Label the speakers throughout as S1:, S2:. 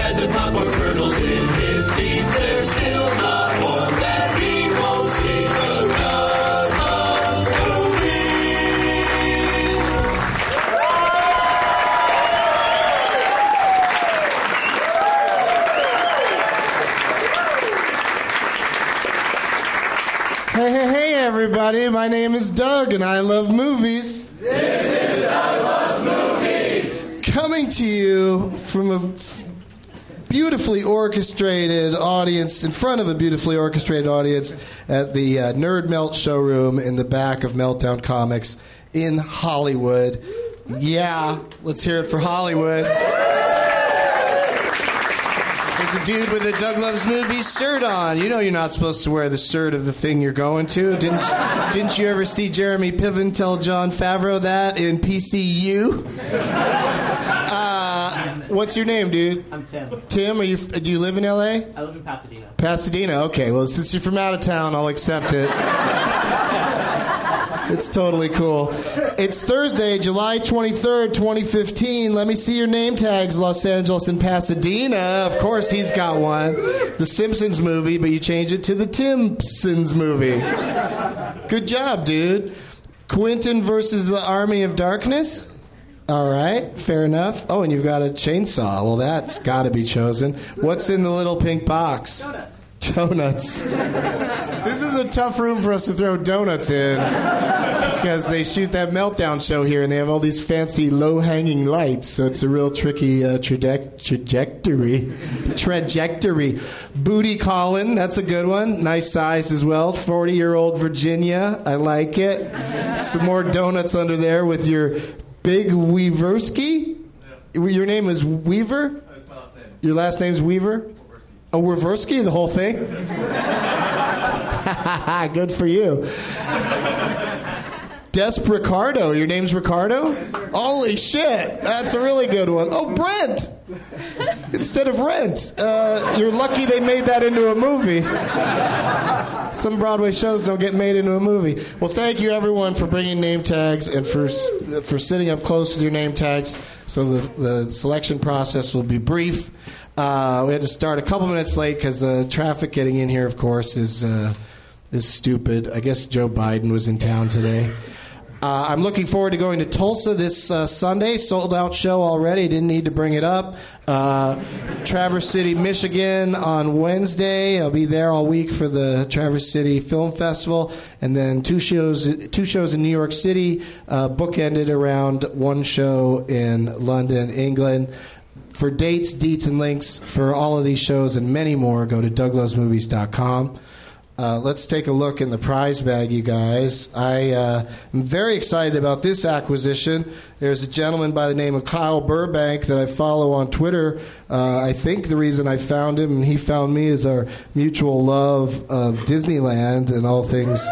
S1: as a pop or kernels in his teeth. There's still not one that he won't see 'cause Doug loves movies.
S2: Hey, hey, hey, everybody. My name is Doug, and I love movies. This is I Love Movies. Coming to you from a beautifully orchestrated audience, in front of a beautifully orchestrated audience at the uh, Nerd Melt showroom in the back of Meltdown Comics in Hollywood. Yeah, let's hear it for Hollywood. There's a dude with a Doug Loves Movies shirt on. You know you're not supposed to wear the shirt of the thing you're going to. Didn't didn't you ever see Jeremy Piven tell John Favreau that in PCU? Uh, what's your name, dude?
S3: I'm Tim.
S2: Tim, are you do you live in LA?
S3: I live in Pasadena.
S2: Pasadena. Okay, well since you're from out of town, I'll accept it. It's totally cool. It's Thursday, July 23rd, 2015. Let me see your name tags, Los Angeles and Pasadena. Of course, he's got one. The Simpsons movie, but you change it to the Timpsons movie. Good job, dude. Quentin versus the Army of Darkness? All right, fair enough. Oh, and you've got a chainsaw. Well, that's got to be chosen. What's in the little pink box? Donuts. Donuts. this is a tough room for us to throw donuts in because they shoot that meltdown show here and they have all these fancy low hanging lights so it's a real tricky uh, traje- trajectory trajectory booty Collin that's a good one nice size as well 40 year old Virginia I like it some more donuts under there with your Big Weaversky? Your name is Weaver? Your last name's Weaver? A Weaversky, the whole thing? Good for you. Des Ricardo. Your name's Ricardo? Holy shit. That's a really good one. Oh, Brent. Instead of Rent. Uh, you're lucky they made that into a movie. Some Broadway shows don't get made into a movie. Well, thank you everyone for bringing name tags and for for sitting up close with your name tags. So the, the selection process will be brief. Uh, we had to start a couple minutes late because uh, traffic getting in here, of course, is uh, is stupid. I guess Joe Biden was in town today. Uh, I'm looking forward to going to Tulsa this uh, Sunday. Sold out show already. Didn't need to bring it up. Uh, Traverse City, Michigan on Wednesday. I'll be there all week for the Traverse City Film Festival, and then two shows. Two shows in New York City, uh, bookended around one show in London, England. For dates, deets, and links for all of these shows and many more, go to douglasmovies.com. Uh, let's take a look in the prize bag, you guys. I uh, am very excited about this acquisition. There's a gentleman by the name of Kyle Burbank that I follow on Twitter. Uh, I think the reason I found him and he found me is our mutual love of Disneyland and all things,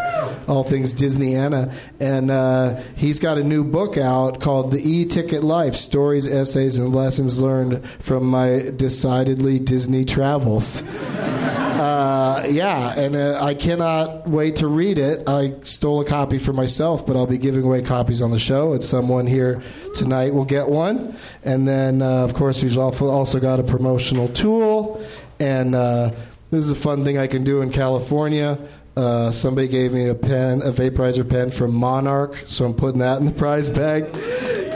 S2: all things Disney Anna. And uh, he's got a new book out called "The E-Ticket Life: Stories, Essays, and Lessons Learned from My Decidedly Disney Travels." uh, yeah, and uh, I cannot wait to read it. I stole a copy for myself, but I'll be giving away copies on the show, and someone here tonight will get one. And then, uh, of course, we've also also got a promotional tool, and uh, this is a fun thing I can do in California. Uh, somebody gave me a pen, a vaporizer pen from Monarch, so I'm putting that in the prize bag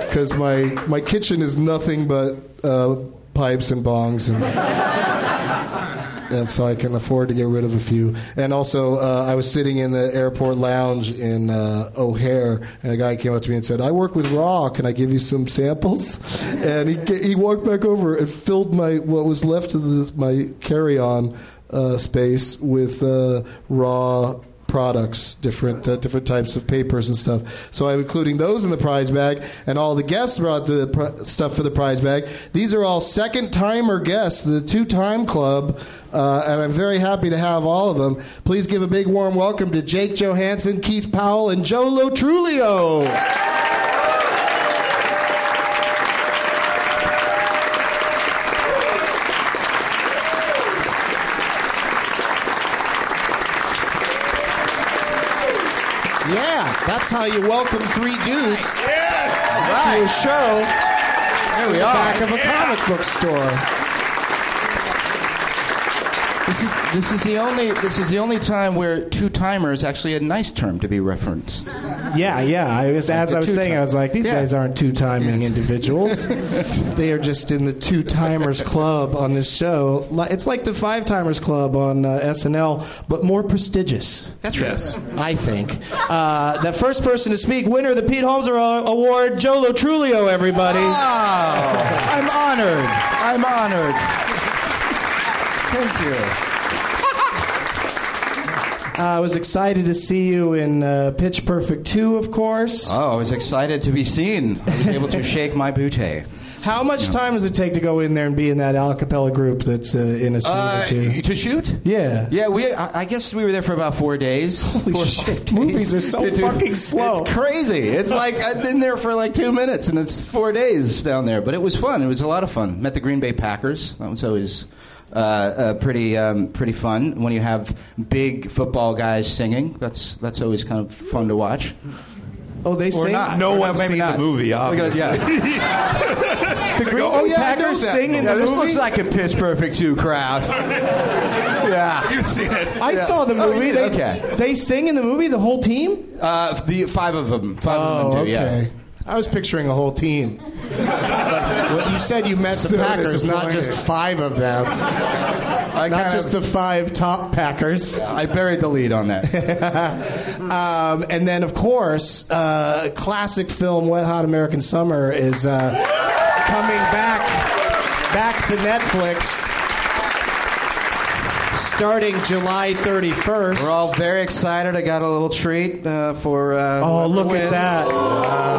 S2: because my my kitchen is nothing but uh, pipes and bongs and and so I can afford to get rid of a few. And also, uh, I was sitting in the airport lounge in uh, O'Hare, and a guy came up to me and said, "I work with Raw. Can I give you some samples?" And he ca- he walked back over and filled my what was left of this, my carry-on uh, space with uh, Raw products, different uh, different types of papers and stuff. So I'm including those in the prize bag, and all the guests brought the pri- stuff for the prize bag. These are all second timer guests, the two time club, uh, and I'm very happy to have all of them. Please give a big warm welcome to Jake Johansson, Keith Powell, and Joe Lotrulio. Yeah, that's how you welcome three dudes to a show. There we are. Back of a comic book store.
S3: This is this is the only this is the only time where two timer is actually a nice term to be referenced.
S2: Yeah, yeah. I was, as
S3: The
S2: I was
S3: two-time-
S2: saying, I was like, these
S3: Yeah.
S2: guys aren't two timing individuals. they are just in the two timers club on this show. Li- It's like the five timers club on uh, SNL, but more prestigious.
S3: That's right.
S2: I think. Uh, the first person to speak, winner of the Pete Holmes Award, Joe Lotrulio, everybody.
S3: Ah! Wow. I'm honored. I'm honored. Thank
S2: I was excited to see you in uh, Pitch Perfect 2, of course.
S3: Oh, I was excited to be seen. I was able to shake my booty.
S2: How much time does it take to go in there and be in that a cappella group that's uh, in a scene
S3: Uh,
S2: or two?
S3: to shoot?
S2: Yeah.
S3: Yeah, we. I I guess we were there for about four days.
S2: Holy
S3: Four or
S2: shit,
S3: five
S2: movies are so
S3: Dude,
S2: fucking slow.
S3: It's crazy. It's like I've been there for like two minutes, and it's four days down there. But it was fun. It was a lot of fun. Met the Green Bay Packers. That was always uh, uh, pretty um, pretty fun when you have big football guys singing. That's that's always kind of fun to watch.
S2: Oh, they
S3: Or
S2: sing?
S3: not?
S4: No
S3: Or
S4: one's
S3: maybe
S4: seen the movie,
S3: Because-
S4: obviously.
S3: yeah.
S2: The Green Bay Packers "Oh, sing in
S3: Yeah,
S2: the
S3: this
S2: movie?
S3: looks like a Pitch Perfect two crowd. yeah.
S4: You've seen it.
S2: I saw the
S3: Oh, you
S2: movie.
S3: did?
S2: they,
S3: Okay.
S2: they sing in the movie, the whole team?
S3: Uh, the five of them. Five of them do. Yeah.
S2: Oh, I was picturing a whole team. Well, you said you met the
S3: So
S2: Packers, not
S3: disappointed.
S2: just five of them,
S3: I
S2: not
S3: kinda-
S2: just the five top Packers.
S3: I buried the lead on that.
S2: Um, and then, of course, uh, classic film Wet Hot American Summer is uh, coming back back to Netflix. starting July 31st.
S3: We're all very excited. I got a little treat uh, for. Uh,
S2: Oh,
S3: whoever
S2: look at
S3: wins.
S2: that.
S3: A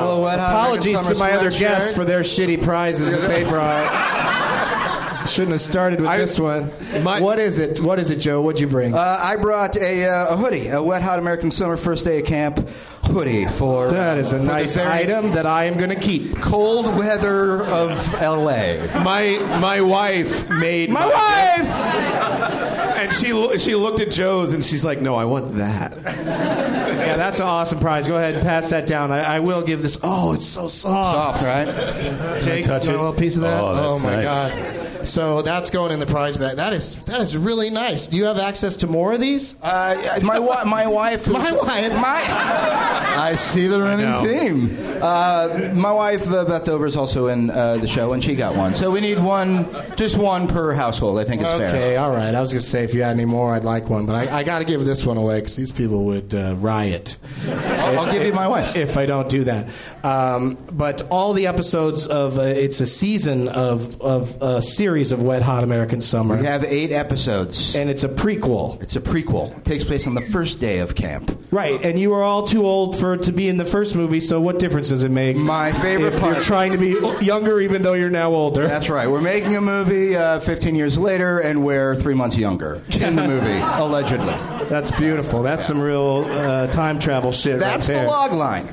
S3: little wet hot
S2: Apologies
S3: American
S2: to my
S3: Summer
S2: other
S3: sweatshirt.
S2: guests for their shitty prizes that they brought. Shouldn't have started with
S4: I-
S2: this one.
S4: My-
S2: what is it? What is it, Joe? What'd you bring?
S3: Uh, I brought a, uh, a hoodie, a wet hot American summer first day of camp hoodie for.
S2: that is a
S3: for the
S2: nice
S3: very
S2: item that I am going to keep.
S3: Cold weather of L.A.
S4: My my wife made
S2: My wife!
S4: and she lo- she looked at Joe's and she's like, "No, I want that."
S2: Yeah, that's an awesome prize. Go ahead and pass that down. I, I will give this. Oh, it's so soft.
S3: Soft, right?
S2: Jake,
S4: touch
S2: you
S4: it?
S2: want a little piece of that?
S4: Oh, that's
S2: my
S4: nice.
S2: God. So that's going in the prize bag. That is that is really nice. Do you have access to more of these?
S3: Uh, my, wi- my wife.
S2: My wife.
S3: My. I see the running
S4: know.
S3: theme. Uh, my wife uh, Beth Dover is also in uh, the show, and she got one. So we need one, just one per household. I think it's
S2: okay,
S3: fair.
S2: all right. I was going to say if you had any more, I'd like one, but I, I got to give this one away because these people would uh, riot
S3: I'll, I'll give you my wife.
S2: if I don't do that. Um, but all the episodes of uh, it's a season of of a series of Wet Hot American Summer,
S3: We have eight episodes.
S2: and it's a prequel.
S3: It's a prequel. It takes place on the first day of camp.
S2: Right, and you are all too old for to be in the first movie. So, what difference does it make?
S3: My favorite
S2: if you're
S3: part.
S2: trying to be younger, even though you're now older.
S3: That's right. We're making a movie uh, 15 years later, and we're three months younger in the movie, allegedly.
S2: That's beautiful. That's some real uh, time travel shit.
S3: That's
S2: right
S3: the
S2: there.
S3: log line.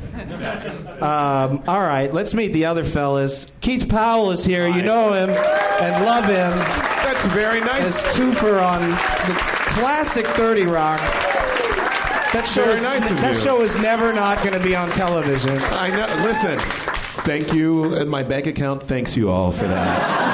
S2: Um, all right, let's meet the other fellas. Keith Powell is here. You know him and love him.
S4: That's very
S2: As
S4: nice.
S2: twofer on the classic 30 Rock. That show,
S4: Very
S2: is,
S4: nice of
S2: that
S4: you.
S2: show is never not going to be on television.
S4: I know. Listen, thank you. And my bank account thanks you all for that.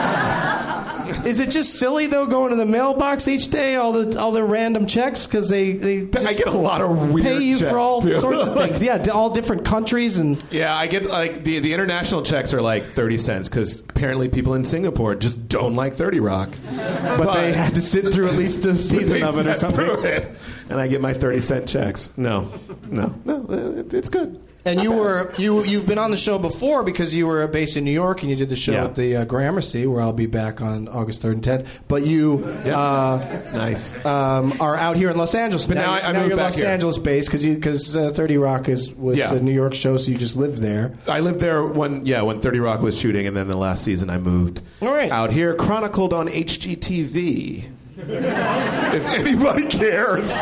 S2: Is it just silly, though, going to the mailbox each day, all the all the random checks? Because they, they just
S4: I get a lot of weird.
S2: pay you
S4: checks,
S2: for all
S4: too.
S2: sorts of things. Yeah, d- all different countries and.
S4: Yeah, I get like the, the international checks are like 30 cents because apparently people in Singapore just don't like 30 Rock. But,
S2: they had to sit through at least a season
S4: they
S2: of it or
S4: sat
S2: something.
S4: through it. And I get my 30 cent checks. No, no, no, it, it's good.
S2: And you were you you've been on the show before because you were based in New York and you did the show
S4: Yeah.
S2: at the uh, Gramercy where I'll be back on August third and tenth. But you
S4: Yeah.
S2: uh,
S4: Nice.
S2: um, are out here in Los Angeles.
S4: But now I- I moved
S2: you're
S4: back
S2: Los
S4: here.
S2: Angeles based because because uh, Thirty Rock is was
S4: Yeah.
S2: a New York show, so you just lived there.
S4: I lived there when yeah when 30 Rock was shooting, and then the last season I moved
S2: All right.
S4: out here, chronicled on HGTV. if anybody cares,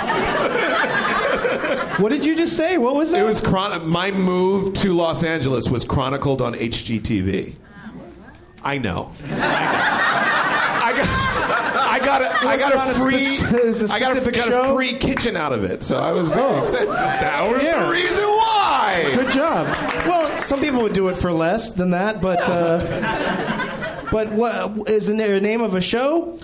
S2: What did you just say? What was that?
S4: it was chron- my move to Los Angeles was chronicled on HGTV. I know. I got. I got a, I
S2: Was
S4: got
S2: it
S4: a
S2: on a
S4: free
S2: spec- it was a
S4: I got, a,
S2: specific
S4: got
S2: show?
S4: a free kitchen out of it, so I was very
S2: Oh.
S4: excited. That was
S2: Yeah.
S4: the reason why.
S2: Good job. Well, some people would do it for less than that, but. Uh, But what isn't there a name of a show?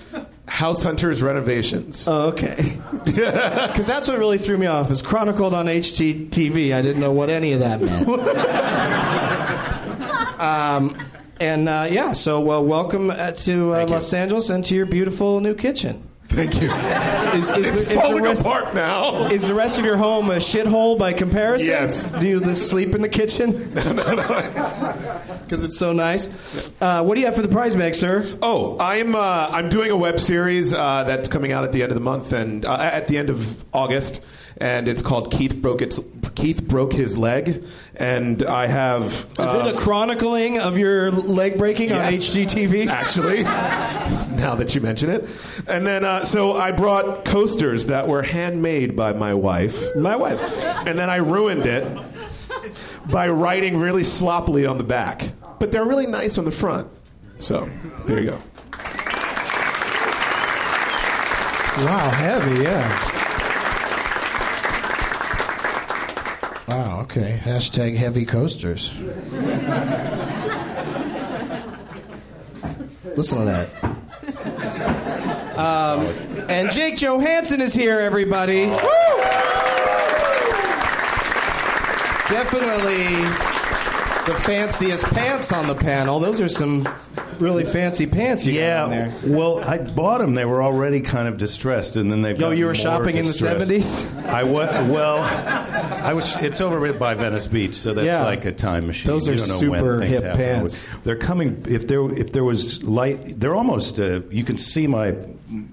S4: House Hunters renovations.
S2: Oh, okay. Because that's what really threw me off. Is chronicled on HGTV. I didn't know what any of that meant. um, and uh, yeah, so well, welcome uh, to uh, Los Angeles and to your beautiful new kitchen.
S4: Thank you.
S2: Is, is
S4: it's
S2: the- is the
S4: falling
S2: rest-
S4: apart now.
S2: Is the rest of your home a shithole by comparison?
S4: Yes.
S2: Do you just sleep in the kitchen? No, no, no. Because it's so nice. Uh, what do you have for the prize bag, sir?
S4: Oh, I'm uh, I'm doing a web series uh, that's coming out at the end of the month and uh, at the end of August, and it's called Keith broke its Keith broke his leg, and I have
S2: Is it a chronicling of your leg breaking on
S4: Um, Yes.
S2: HGTV?
S4: actually. now that you mention it, and then uh, so I brought coasters that were handmade by my wife,
S2: My wife.
S4: and then I ruined it by writing really sloppily on the back, but they're really nice on the front. So there you go.
S2: Wow, heavy, yeah. Wow, okay. Hashtag heavy coasters. Listen to that. Um, and Jake Johansson is here, everybody. Definitely the fanciest pants on the panel. Those are some really fancy pants you got on there.
S5: Yeah, well, I bought them. They were already kind of distressed, and then they've.
S2: Yo,
S5: gotten
S2: Oh, you were
S5: more
S2: shopping in the
S5: distressed.
S2: 70s?
S5: I was. Well, I was. It's over by Venice Beach, so that's
S2: Yeah.
S5: like a time machine.
S2: Those are
S5: you don't know when
S2: super
S5: things
S2: hip
S5: happen.
S2: pants.
S5: They're coming. If there, if there was light, they're almost. Uh, you can see my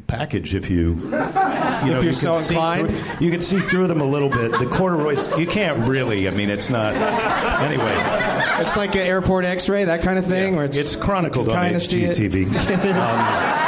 S5: package if you, you know,
S2: you're
S5: you
S2: so
S5: can see
S2: inclined?
S5: through- you can see through them a little bit. The corduroys, you can't really. I mean, it's not. Anyway,
S2: It's like an airport X-ray, that kind of thing, where it's,
S5: it's chronicled on
S2: Kinda see it.
S5: HGTV. Um,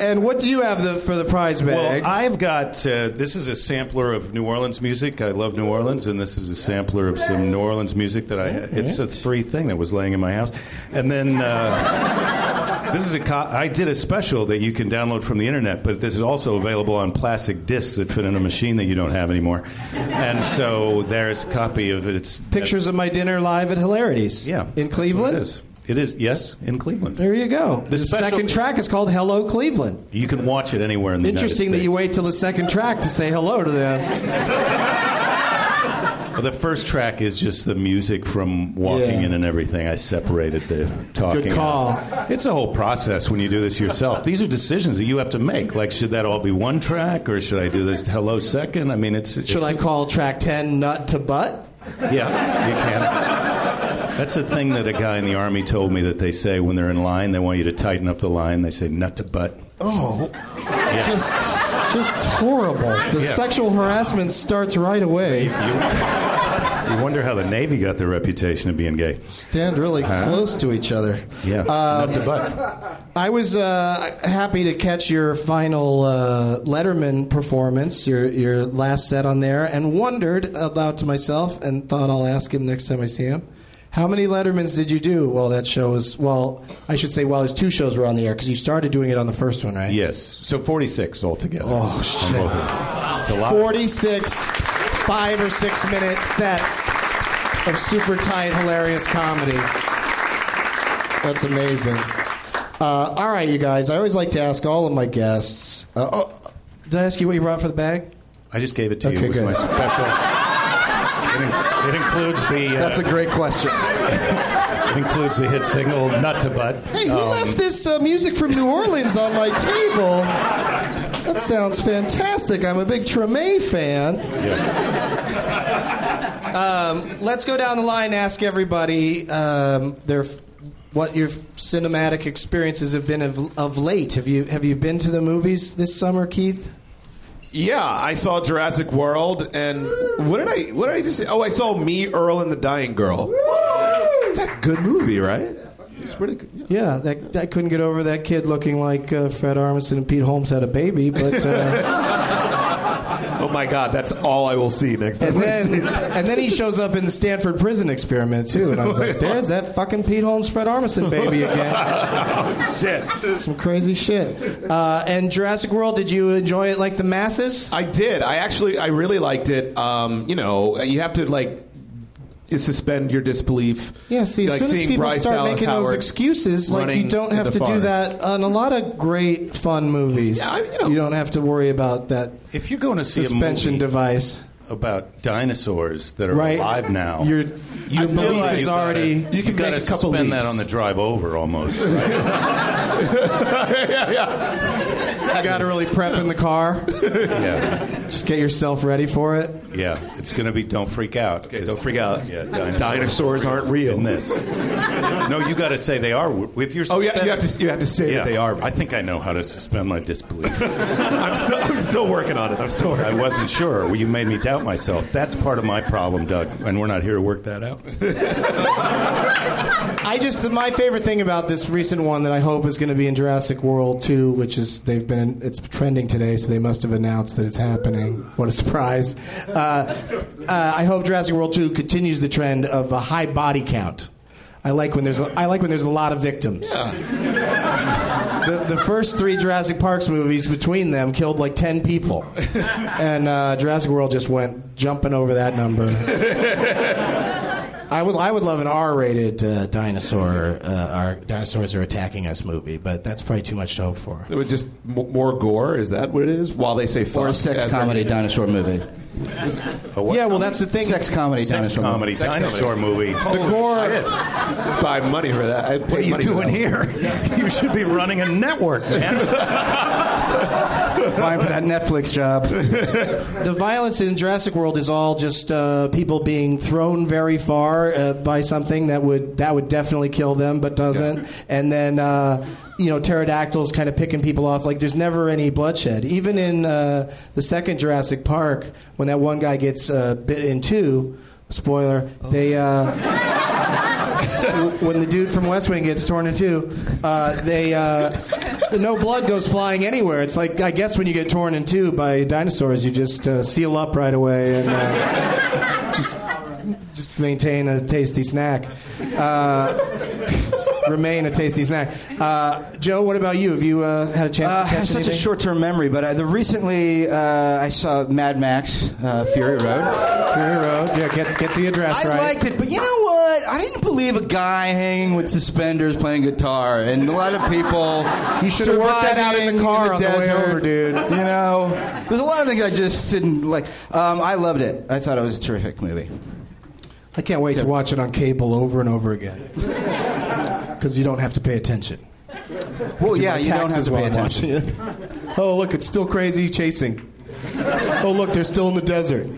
S2: And what do you have the, for the prize bag?
S5: Well, I've got uh, this is a sampler of New Orleans music. I love New Orleans, and this is a sampler of some New Orleans music that I. It's a free thing that was laying in my house, and then. Uh, This is a. Co- I did a special that you can download from the internet, but this is also available on plastic discs that fit in a machine that you don't have anymore, and so there's a copy of it. It's
S2: Pictures of my dinner live at Hilarities.
S5: Yeah, that's what
S2: In Cleveland.
S5: It is. It is. Yes, in Cleveland.
S2: There you go. The,
S5: special-
S2: second track is called "Hello Cleveland."
S5: You can watch it anywhere in the
S2: Interesting that
S5: United States.
S2: you wait till the second track to say hello to them.
S5: Well, the first track is just the music from walking
S2: Yeah.
S5: in and everything. I separated the talking.
S2: Good call.
S5: out. It's a whole process when you do this yourself. These are decisions that you have to make. Like, should that all be one track, or should I do this hello second? I mean, it's, it's
S2: Should I call track ten "Nut to Butt"?
S5: Yeah, you can. That's the thing that a guy in the army told me that they say when they're in line. They want you to tighten up the line. They say nut to butt.
S2: Oh, just just horrible. The
S5: Yeah.
S2: sexual harassment starts right away.
S5: You wonder how the Navy got their reputation of being gay.
S2: Stand really
S5: Uh-huh.
S2: close to each other.
S5: Yeah,
S2: Uh,
S5: nut to butt.
S2: I was uh, happy to catch your final uh, Letterman performance, your your last set on there, and wondered aloud to myself, and thought I'll ask him next time I see him. How many Lettermans did you do while that show was? Well, I should say while his two shows were on the air, because you started doing it on the first one, right?
S5: Yes. So 46 altogether.
S2: Oh,
S5: On
S2: shit.
S5: both of them. It's a lot.
S2: 46 five or six minute sets of super tight, hilarious comedy. That's amazing. Uh, all right, you guys. I always like to ask all of my guests. Uh, oh, did I ask you what you brought for the bag?
S5: I just gave it to you.
S2: Okay,
S5: It was
S2: good.
S5: my special. It, in- it includes the. Uh,
S3: That's a great question.
S5: It includes the hit single "Nut to Butt."
S2: Hey, who
S5: Um,
S2: left this uh, music from New Orleans on my table? That sounds fantastic. I'm a big Treme fan. Um, let's go down the line and ask everybody um, their what your cinematic experiences have been of, of late. Have you have you been to the movies this summer, Keith?
S4: Yeah, I saw Jurassic World, and what did I? What did I just? Say? Oh, I saw Me, Earl, and the Dying Girl. It's a good movie, right? It's pretty good. yeah.
S2: Yeah, that I couldn't get over that kid looking like uh, Fred Armisen and Pete Holmes had a baby, but. Uh,
S4: Oh my God, that's all I will see next time.
S2: And then, and then he shows up in the Stanford prison experiment too, and I was like, "There's that fucking Pete Holmes, Fred Armisen baby again."
S4: Shit.
S2: Some crazy shit. Uh, and Jurassic World, did you enjoy it like the masses?
S4: I did. I actually, I really liked it. Um, you know, you have to like suspend your disbelief.
S2: Yeah, see, as
S4: like
S2: soon as
S4: seeing
S2: people
S4: Bryce
S2: start
S4: Dallas
S2: making those
S4: Howard
S2: excuses, like you
S4: running
S2: don't
S4: in
S2: have
S4: the
S2: to do
S4: forest.
S2: that on a lot of great fun movies.
S4: Yeah, I- you know.
S2: don't have to worry about that
S5: If you're going to see
S2: suspension
S5: a movie
S2: device,
S5: about dinosaurs that are
S2: right?
S5: alive now,
S2: Your
S5: I
S2: your
S5: feel
S2: belief
S5: like
S2: is
S5: you
S2: already.
S5: Gotta, you
S4: can
S5: can gotta
S4: make a couple
S5: suspend that
S4: leaps.
S5: on the drive over, almost. Right?
S4: yeah, yeah.
S2: you got to really prep in the car.
S5: yeah,
S2: Just get yourself ready for it.
S5: yeah. It's going to be. Don't freak out.
S4: Okay, don't freak out.
S5: Yeah,
S4: dinosaurs,
S5: dinosaurs
S4: aren't real.
S5: In this. No, you got to say they are. If you're
S4: Oh yeah,
S5: suspended-
S4: you have to you have to say
S5: Yeah.
S4: that they are.
S5: I think I know how to suspend my disbelief.
S4: I'm still I'm still working on it. I'm still working.
S5: I wasn't sure. Well, you made me doubt myself. That's part of my problem, Doug, and we're not here to work that out.
S2: I just my favorite thing about this recent one that I hope is going to be in Jurassic World 2, which is they've been it's trending today, so they must have announced that it's happening. What a surprise! Uh, uh, I hope Jurassic World 2 continues the trend of a high body count. I like when there's a, I like when there's a lot of victims. The, the first three Jurassic Parks movies between them killed like ten people, and uh, Jurassic World just went jumping over that number. I would I would love an R-rated uh, dinosaur. Uh, our dinosaurs are attacking us movie, but that's probably too much to hope for.
S4: It was just m- more gore. Is that what it is? While they say fuck
S3: Or a sex
S4: as they're-
S3: comedy dinosaur movie.
S2: Yeah, well, that's the thing.
S3: Sex comedy
S5: Sex
S3: dinosaur movie.
S5: comedy, dinosaur movie.
S2: The gore.
S4: Buy money for that. I
S5: What are you doing here? You should be running a network, man.
S3: Fine for that Netflix job.
S2: the violence in Jurassic World is all just uh, people being thrown very far uh, by something that would that would definitely kill them, but doesn't. And then uh, you know, pterodactyls kind of picking people off. Like, there's never any bloodshed. Even in uh, the second Jurassic Park, when that one guy gets uh, bit in two, spoiler, they. Uh, when the dude from West Wing gets torn in two, uh, they uh, no blood goes flying anywhere. It's like I guess when you get torn in two by dinosaurs, you just uh, seal up right away and uh, just just maintain a tasty snack. Uh, remain a tasty snack. Uh, Joe, what about you? Have you uh, had a chance
S3: Uh,
S2: to
S3: I
S2: catch
S3: have such
S2: anything?
S3: a short-term memory, but I, the recently uh, I saw Mad Max uh, Fury Road.
S2: Fury Road. Yeah, get get the address
S3: I
S2: right.
S3: liked it, but you know what? I didn't believe a guy hanging with suspenders playing guitar, and a lot of people.
S2: You should've worked that out in the
S3: surviving
S2: car on the way
S3: desert,
S2: over, dude.
S3: You know, there's a lot of things I just didn't like. Um, I loved it. I thought it was a terrific movie.
S2: I can't wait to watch it on cable over and over again because you don't have to pay attention.
S3: Well,
S2: do
S3: yeah,
S2: my
S3: you don't have
S2: taxes
S3: to pay
S2: while I'm
S3: attention.
S2: watching it. Oh, look, it's still crazy chasing. Oh, look, they're still in the desert.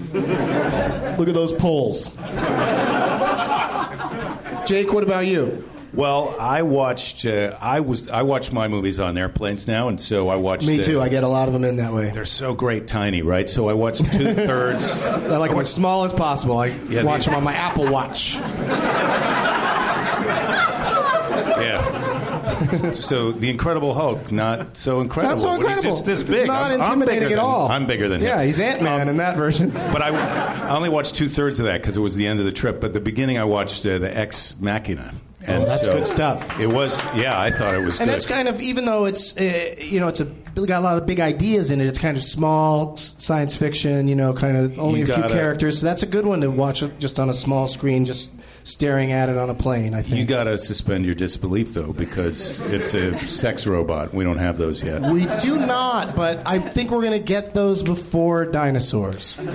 S2: Look at those poles. Jake, what about you?
S5: Well, I watched. Uh, I was. I watched my movies on airplanes now, and so I watched.
S2: Me too.
S5: uh,
S2: I get a lot of them in that way.
S5: They're so great, tiny, right? So I watched two thirds.
S2: I like them as small as possible. I
S5: Yeah,
S2: watch
S5: they-
S2: them on my Apple Watch.
S5: Yeah. so the Incredible Hulk, not so incredible.
S2: Not so
S5: When
S2: incredible.
S5: He's just this big.
S2: Not
S5: I'm, I'm
S2: intimidating
S5: bigger
S2: at
S5: than-
S2: all.
S5: I'm bigger than him. Um,
S2: Yeah, he's Ant Man in that version.
S5: But I, I only watched two thirds of that because it was the end of the trip. But the beginning, I watched uh, the Ex Machina. And
S2: Oh, that's
S5: so
S2: good stuff.
S5: It was, yeah, I thought it was
S2: And
S5: good.
S2: that's kind of even though it's uh, you know it's a got a lot of big ideas in it. It's kind of small s- science fiction, you know, kind of only
S5: You
S2: a few
S5: gotta-
S2: characters. So that's a good one to watch just on a small screen, just staring at it on a plane. I think
S5: you got to suspend your disbelief, though, because it's a sex robot. We don't have those yet.
S2: we do not, but I think we're gonna get those before dinosaurs. I'm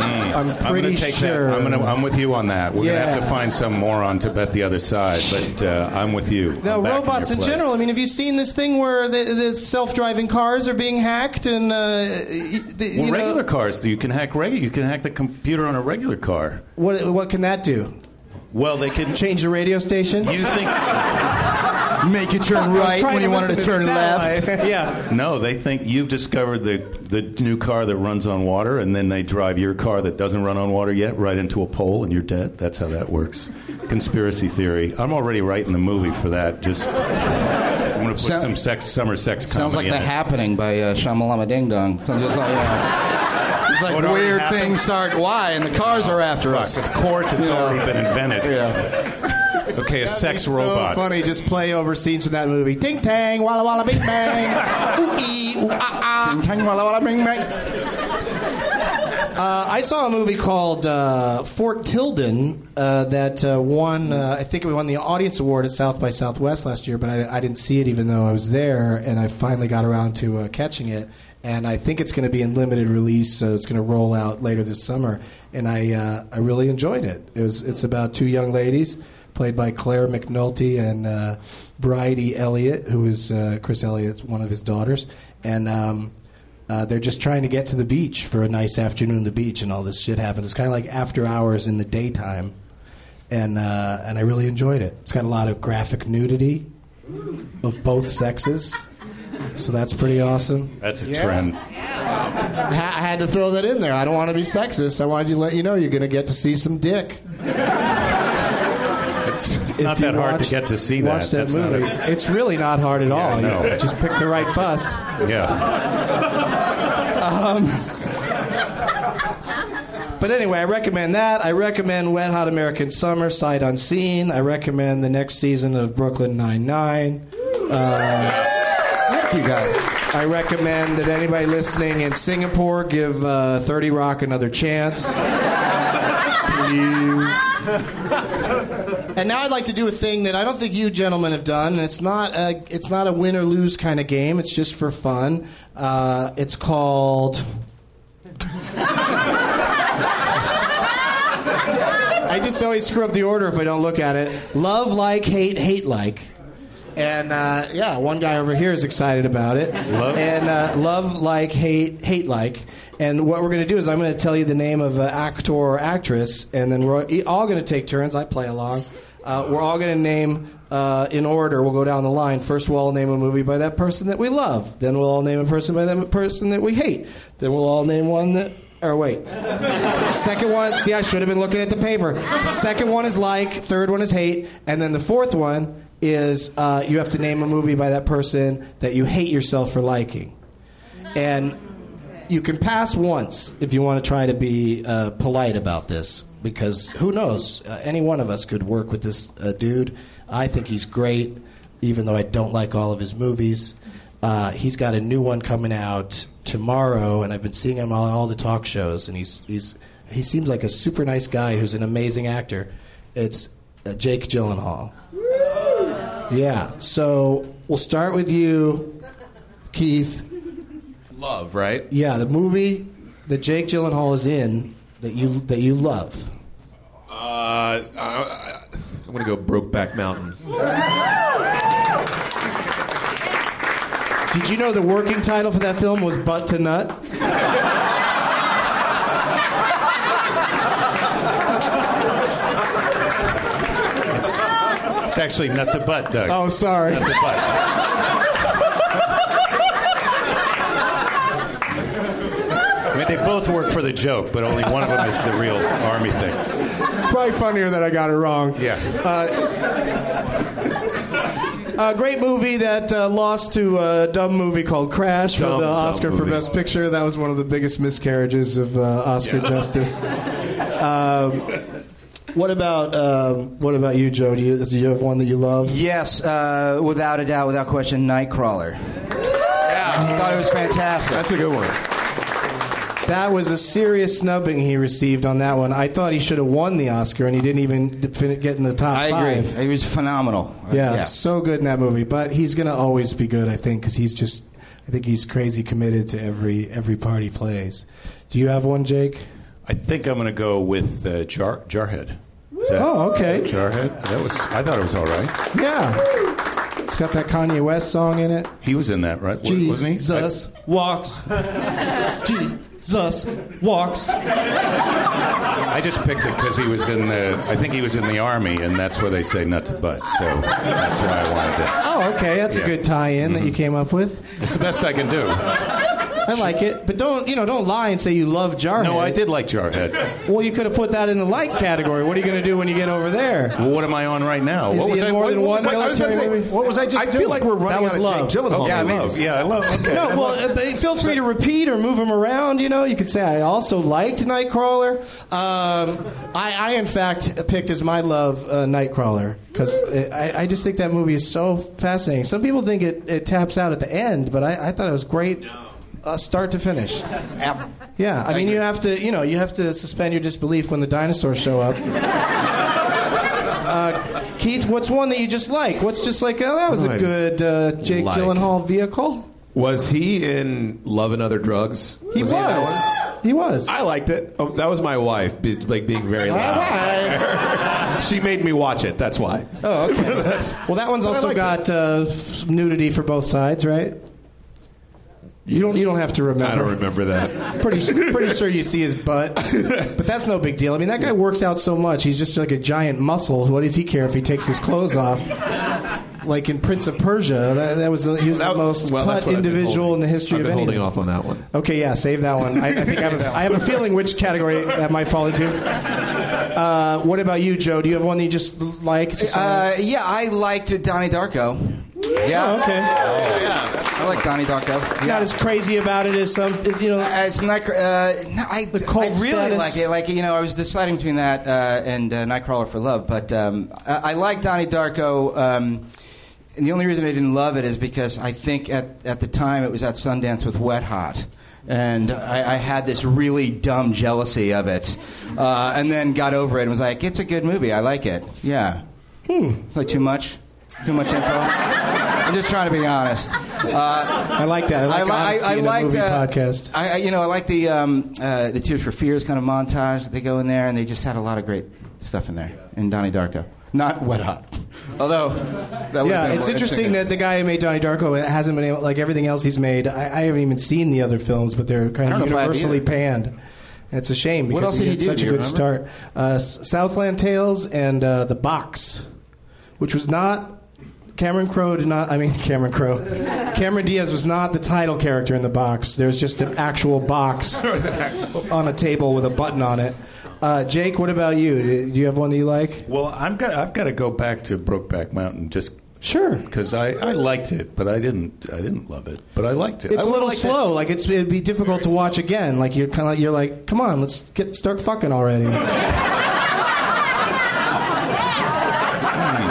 S5: Hmm. I'm
S2: pretty
S5: gonna take
S2: sure.
S5: that. I'm, gonna, I'm with you on that. We're going
S2: Yeah.
S5: to have to find some moron to bet the other side, but uh, I'm with you.
S2: No,
S5: I'm backing
S2: robots
S5: your
S2: in
S5: play.
S2: general. I mean, have you seen this thing where the, the self-driving cars are being hacked and uh, y- the,
S5: Well,
S2: you know-
S5: regular cars, you can hack regu- You can hack the computer on a regular car.
S2: what what can that do?
S5: Well, they can.
S2: Change the radio station?
S5: You think?
S3: Make you turn right when you wanted to turn left.
S2: yeah.
S5: No, they think you've discovered the the new car that runs on water, and then they drive your car that doesn't run on water yet right into a pole, and you're dead. That's how that works. Conspiracy theory. I'm already writing the movie for that. Just I'm going to put
S3: Sound-
S5: some sex summer sex.
S3: Sounds like
S5: comedy
S3: The
S5: in it.
S3: Happening by uh, Shamalama Ding Dong. So I'm just like, yeah. It's like
S5: What already
S3: weird
S5: happened?
S3: things start. Why? And the cars are after
S5: Fuck,
S3: us.
S5: Of course, it's
S3: You know?
S5: already been invented.
S3: Yeah.
S5: Okay, a sex
S2: so
S5: robot.
S2: funny. Just play over scenes from that movie. Ding tang, walla walla, bing bang, ooh ee, ooh ah ah.
S3: Ting, tang, walla, walla, bing, bang.
S2: Uh, I saw a movie called uh, Fort Tilden uh, that uh, won. Uh, I think it won the Audience Award at South by Southwest last year, but I, I didn't see it even though I was there, and I finally got around to uh, catching it. And I think it's going to be in limited release, so it's going to roll out later this summer. And I uh, I really enjoyed it. It was it's about two young ladies played by Claire McNulty and uh, Bridie Elliott, who is uh, Chris Elliott's one of his daughters, and. Um, uh, they're just trying to get to the beach for a nice afternoon at the beach, and all this shit happens. It's kind of like after hours in the daytime, and uh, and I really enjoyed it. It's got a lot of graphic nudity of both sexes, so that's pretty awesome.
S5: That's a trend.
S2: I, ha- I had to throw that in there. I don't want to be sexist. I wanted to let you know you're going to get to see some dick.
S5: It's, it's
S2: If
S5: not
S2: you
S5: that hard
S2: watch-
S5: to get to see that.
S2: Watch that
S5: That's not
S2: movie.
S5: a-
S2: It's really not hard at all.
S5: no.
S2: You just pick the right bus.
S5: yeah.
S2: But anyway, I recommend that. I recommend Wet Hot American Summer, Sight Unseen. I recommend the next season of Brooklyn Nine-Nine.
S3: Thank you guys.
S2: I recommend that anybody listening in Singapore give uh, 30 Rock another chance. And now I'd like to do a thing that I don't think you gentlemen have done, and it's not a it's not a win or lose kind of game. It's just for fun. Uh, it's called. I just always screw up the order if I don't look at it. Love like, hate, hate like. And uh, yeah, one guy over here is excited about it.
S5: Love-
S2: And uh, love like, hate, hate like. And what we're going to do is I'm uh, e, going to tell you the name of an actor or actress, and then we're all going to take turns. I play along. Uh, we're all going to name uh, in order. We'll go down the line. First, we'll all name a movie by that person that we love. Then we'll all name a person by that person that we hate. Then we'll all name one that. Or wait. Second one. See, I should have been looking at the paper. Second one is like. Third one is hate. And then the fourth one is uh, you have to name a movie by that person that you hate yourself for liking. And you can pass once if you want to try to be uh, polite about this, because who knows? Uh, any one of us could work with this uh, dude. I think he's great, even though I don't like all of his movies. Uh, he's got a new one coming out tomorrow, and I've been seeing him on all the talk shows, and he's, he's, he seems like a super nice guy who's an amazing actor. It's uh, Jake Gyllenhaal. Yeah, so we'll start with you, Keith.
S4: Love, right?
S2: Yeah, the movie that Jake Gyllenhaal is in that you that you love.
S4: Uh, I, am gonna go Brokeback Mountain.
S2: Did you know the working title for that film was Butt to Nut?
S5: It's actually nut to butt, Doug.
S2: Oh, sorry.
S5: Nut to butt. I mean, they both work for the joke, but only one of them is the real army thing.
S2: It's probably funnier that I got it wrong.
S5: Yeah.
S2: Uh, A Uh, great movie that uh, lost to a dumb movie called Crash
S4: Dumb,
S2: for the
S4: dumb
S2: Oscar for
S4: movie.
S2: Best Picture. That was one of the biggest miscarriages of uh, Oscar
S4: Yeah.
S2: justice. Um, what about um, what about you, Joe? Do you, do you have one that you love?
S3: Yes, uh, without a doubt, without question, Nightcrawler. I
S4: yeah,
S3: thought it was fantastic.
S4: that's a good one.
S2: That was a serious snubbing he received on that one. I thought he should have won the Oscar, and he didn't even fin- get in the top
S3: I
S2: five.
S3: agree. It was phenomenal.
S2: Yeah, so good in that movie. But he's gonna always be good, I think, because he's just, I think he's crazy committed to every every part he plays. Do you have one, Jake?
S5: I think I'm going to go with uh, Jar- Jarhead. Is that-
S2: Oh, okay.
S5: Jarhead? That was, I thought it was all right.
S2: Yeah, it's got that Kanye West song in it.
S5: He was in that, right? Wa- Wasn't he?
S2: Jesus walks. Jesus walks.
S5: I, I just picked it because he was in the, I think he was in the army, and that's where they say nut to butt. So that's why I wanted that.
S2: Oh, okay, that's a
S5: Yeah.
S2: good tie-in that you came up with.
S5: It's the best I can do.
S2: I like it, but don't you know? Don't lie and say you love Jarhead.
S5: No, I did like Jarhead.
S2: Well, you could have put that in the like category. What are you going to do when you get over there?
S5: Well, what am I on right now?
S2: Is
S5: what
S2: he
S5: was
S2: in
S5: I,
S2: more
S5: what
S2: than
S5: was
S2: one
S5: I- I was about to
S2: military
S5: say,
S2: movie?
S5: What was I just
S4: I
S5: doing?
S4: feel like we're running
S2: was
S4: out of
S2: love.
S4: Jake Gyllenhaal.
S5: yeah, I
S4: movies.
S5: love. Yeah, I love. Okay.
S2: No, well, uh, but feel free to repeat or move them around. You know, you could say I also liked Nightcrawler. Um, I, I, in fact, picked as my love uh, Nightcrawler because I, I just think that movie is so fascinating. Some people think it, it taps out at the end, but I, I thought it was great, uh, start to finish. Yeah, I mean, you have to, you know, you have to suspend your disbelief when the dinosaurs show up. uh, Keith, what's one that you just like? What's just like, oh, that was a
S4: Nice.
S2: good uh, Jake
S4: Like.
S2: Gyllenhaal vehicle?
S4: Was he in Love and Other Drugs?
S2: He was.
S4: in that one?
S2: He was.
S4: I liked it. Oh, that was my wife, be, like being very
S2: All
S4: loud.
S5: Ah.
S2: right.
S4: She made me watch it. That's why.
S2: Oh, okay.
S4: That's-
S2: Well, that one's
S4: But I
S2: also
S4: liked
S2: got uh, nudity for both sides, right? You don't. You don't have to remember.
S4: I don't remember that.
S2: Pretty, su- pretty sure you see his butt, but that's no big deal. I mean, that guy works out so much; he's just like a giant muscle. What does he care if he takes his clothes off? Like in Prince of Persia, that, that was the, he was the
S4: That-
S2: most
S4: well, that's
S2: cut
S4: what I've been
S2: individual
S4: holding.
S2: in the history
S4: I've
S2: of
S4: been
S2: anything.
S4: holding off on that one.
S2: Okay, yeah, save that one. I, I think I have, a, I have a feeling which category that might fall into. Uh, what about you, Joe? Do you have one that you just like? Just
S3: Uh, yeah, I liked Donnie Darko. Yeah,
S2: oh, okay.
S3: I like Donnie Darko.
S2: Not
S3: Yeah.
S2: as crazy about it as some, as, you know.
S3: As Night, uh, no, I,
S2: The cult
S3: I really
S2: status.
S3: like it. Like you know, I was deciding between that uh, and uh, Nightcrawler for Love, but um, I, I like Donnie Darko. Um, and the only reason I didn't love it is because I think at at the time it was at Sundance with Wet Hot. And I, I had this really dumb jealousy of it, uh, and then got over it and was like, "It's a good movie. I like it. Yeah,
S2: Hmm.
S3: it's like too much, too much info. I'm just trying to be honest. Uh,
S2: I like that. I like honesty in a movie
S3: uh,
S2: podcast.
S3: I, I- you know, I like the um, uh, the Tears for Fears kind of montage that they go in there, and they just had a lot of great stuff in there. In Donnie Darko, not Wet Hot, although that would've
S2: Yeah,
S3: been
S2: it's
S3: more
S2: interesting that the guy who made Donnie Darko hasn't been able, like everything else he's made. I, I haven't even seen the other films, but they're kind
S3: I
S2: of
S3: don't know if I have
S2: universally
S3: either.
S2: panned. It's a shame because
S3: else
S2: he
S3: did
S2: had
S3: he do?
S2: such
S3: Do
S2: a
S3: you
S2: good
S3: remember?
S2: start. Uh, S- Southland Tales and uh, The Box. which was not. Cameron Crowe did not. I mean, Cameron Crowe. Cameron Diaz was not the title character in the box. There was just an actual box
S4: There was an actual-
S2: on a table with a button on it. Uh, Jake, what about you? Do, do you have one that you like?
S5: Well, I'm gonna, I've got to go back to Brokeback Mountain just
S2: Sure.
S5: because I, I liked it, but I didn't I didn't love it, but I liked it.
S2: It's a
S5: I would
S2: little
S5: like
S2: slow. Like it's it'd be difficult to watch again. Like you're kind of you're like, come on, let's get start fucking already.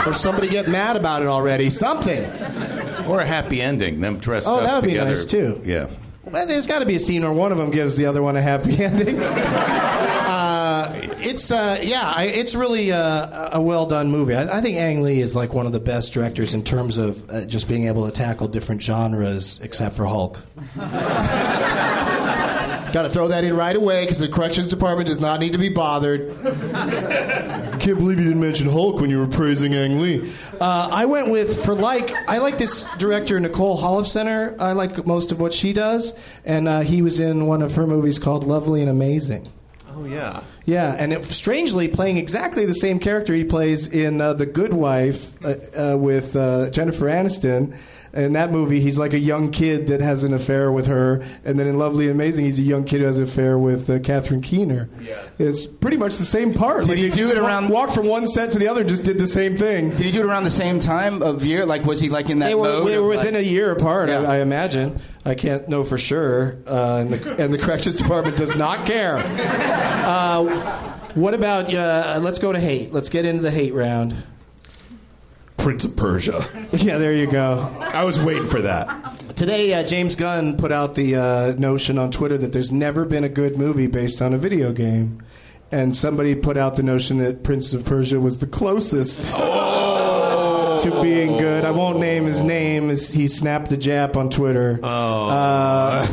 S2: or somebody get mad about it already. Something.
S5: that. Or a happy ending, them dressed
S2: Oh,
S5: up
S2: that would be
S5: together.
S2: nice, too.
S5: Yeah.
S2: Well, there's got to be a scene where one of them gives the other one a happy ending. Uh, it's uh, yeah, I, it's really uh, a well done movie. I, I think Ang Lee is like one of the best directors in terms of uh, just being able to tackle different genres, except for Hulk. Got to throw that in right away because the corrections department does not need to be bothered. Can't believe you didn't mention Hulk when you were praising Ang Lee. Uh, I went with for like I like this director Nicole Holofcener. I like most of what she does, and uh, he was in one of her movies called Lovely and Amazing.
S4: Oh yeah.
S2: Yeah, and it, strangely playing exactly the same character he plays in uh, The Good Wife uh, uh, with uh, Jennifer Aniston. In that movie, he's like a young kid that has an affair with her, and then in Lovely and Amazing, he's a young kid who has an affair with uh, Catherine Keener. Yeah, it's pretty much the same part.
S3: Did he do
S2: just
S3: it
S2: wa-
S3: around-
S2: Walked from one set to the other and just did the same thing.
S3: Did he do it around the same time of year? Like, was he like in that
S2: They were,
S3: mode?
S2: they were
S3: of, like-
S2: within a year apart,
S3: Yeah.
S2: I, I imagine. I can't know for sure, uh, and, the, and the corrections department does not care. Uh, what about? Uh, let's go to hate. Let's get into the hate round.
S4: Prince of Persia.
S2: Yeah, there you go.
S4: I was waiting for that.
S2: Today, uh, James Gunn put out the uh, notion on Twitter that there's never been a good movie based on a video game, and somebody put out the notion that Prince of Persia was the closest. to being good. I won't name his name. As he snapped a jap on Twitter. Oh.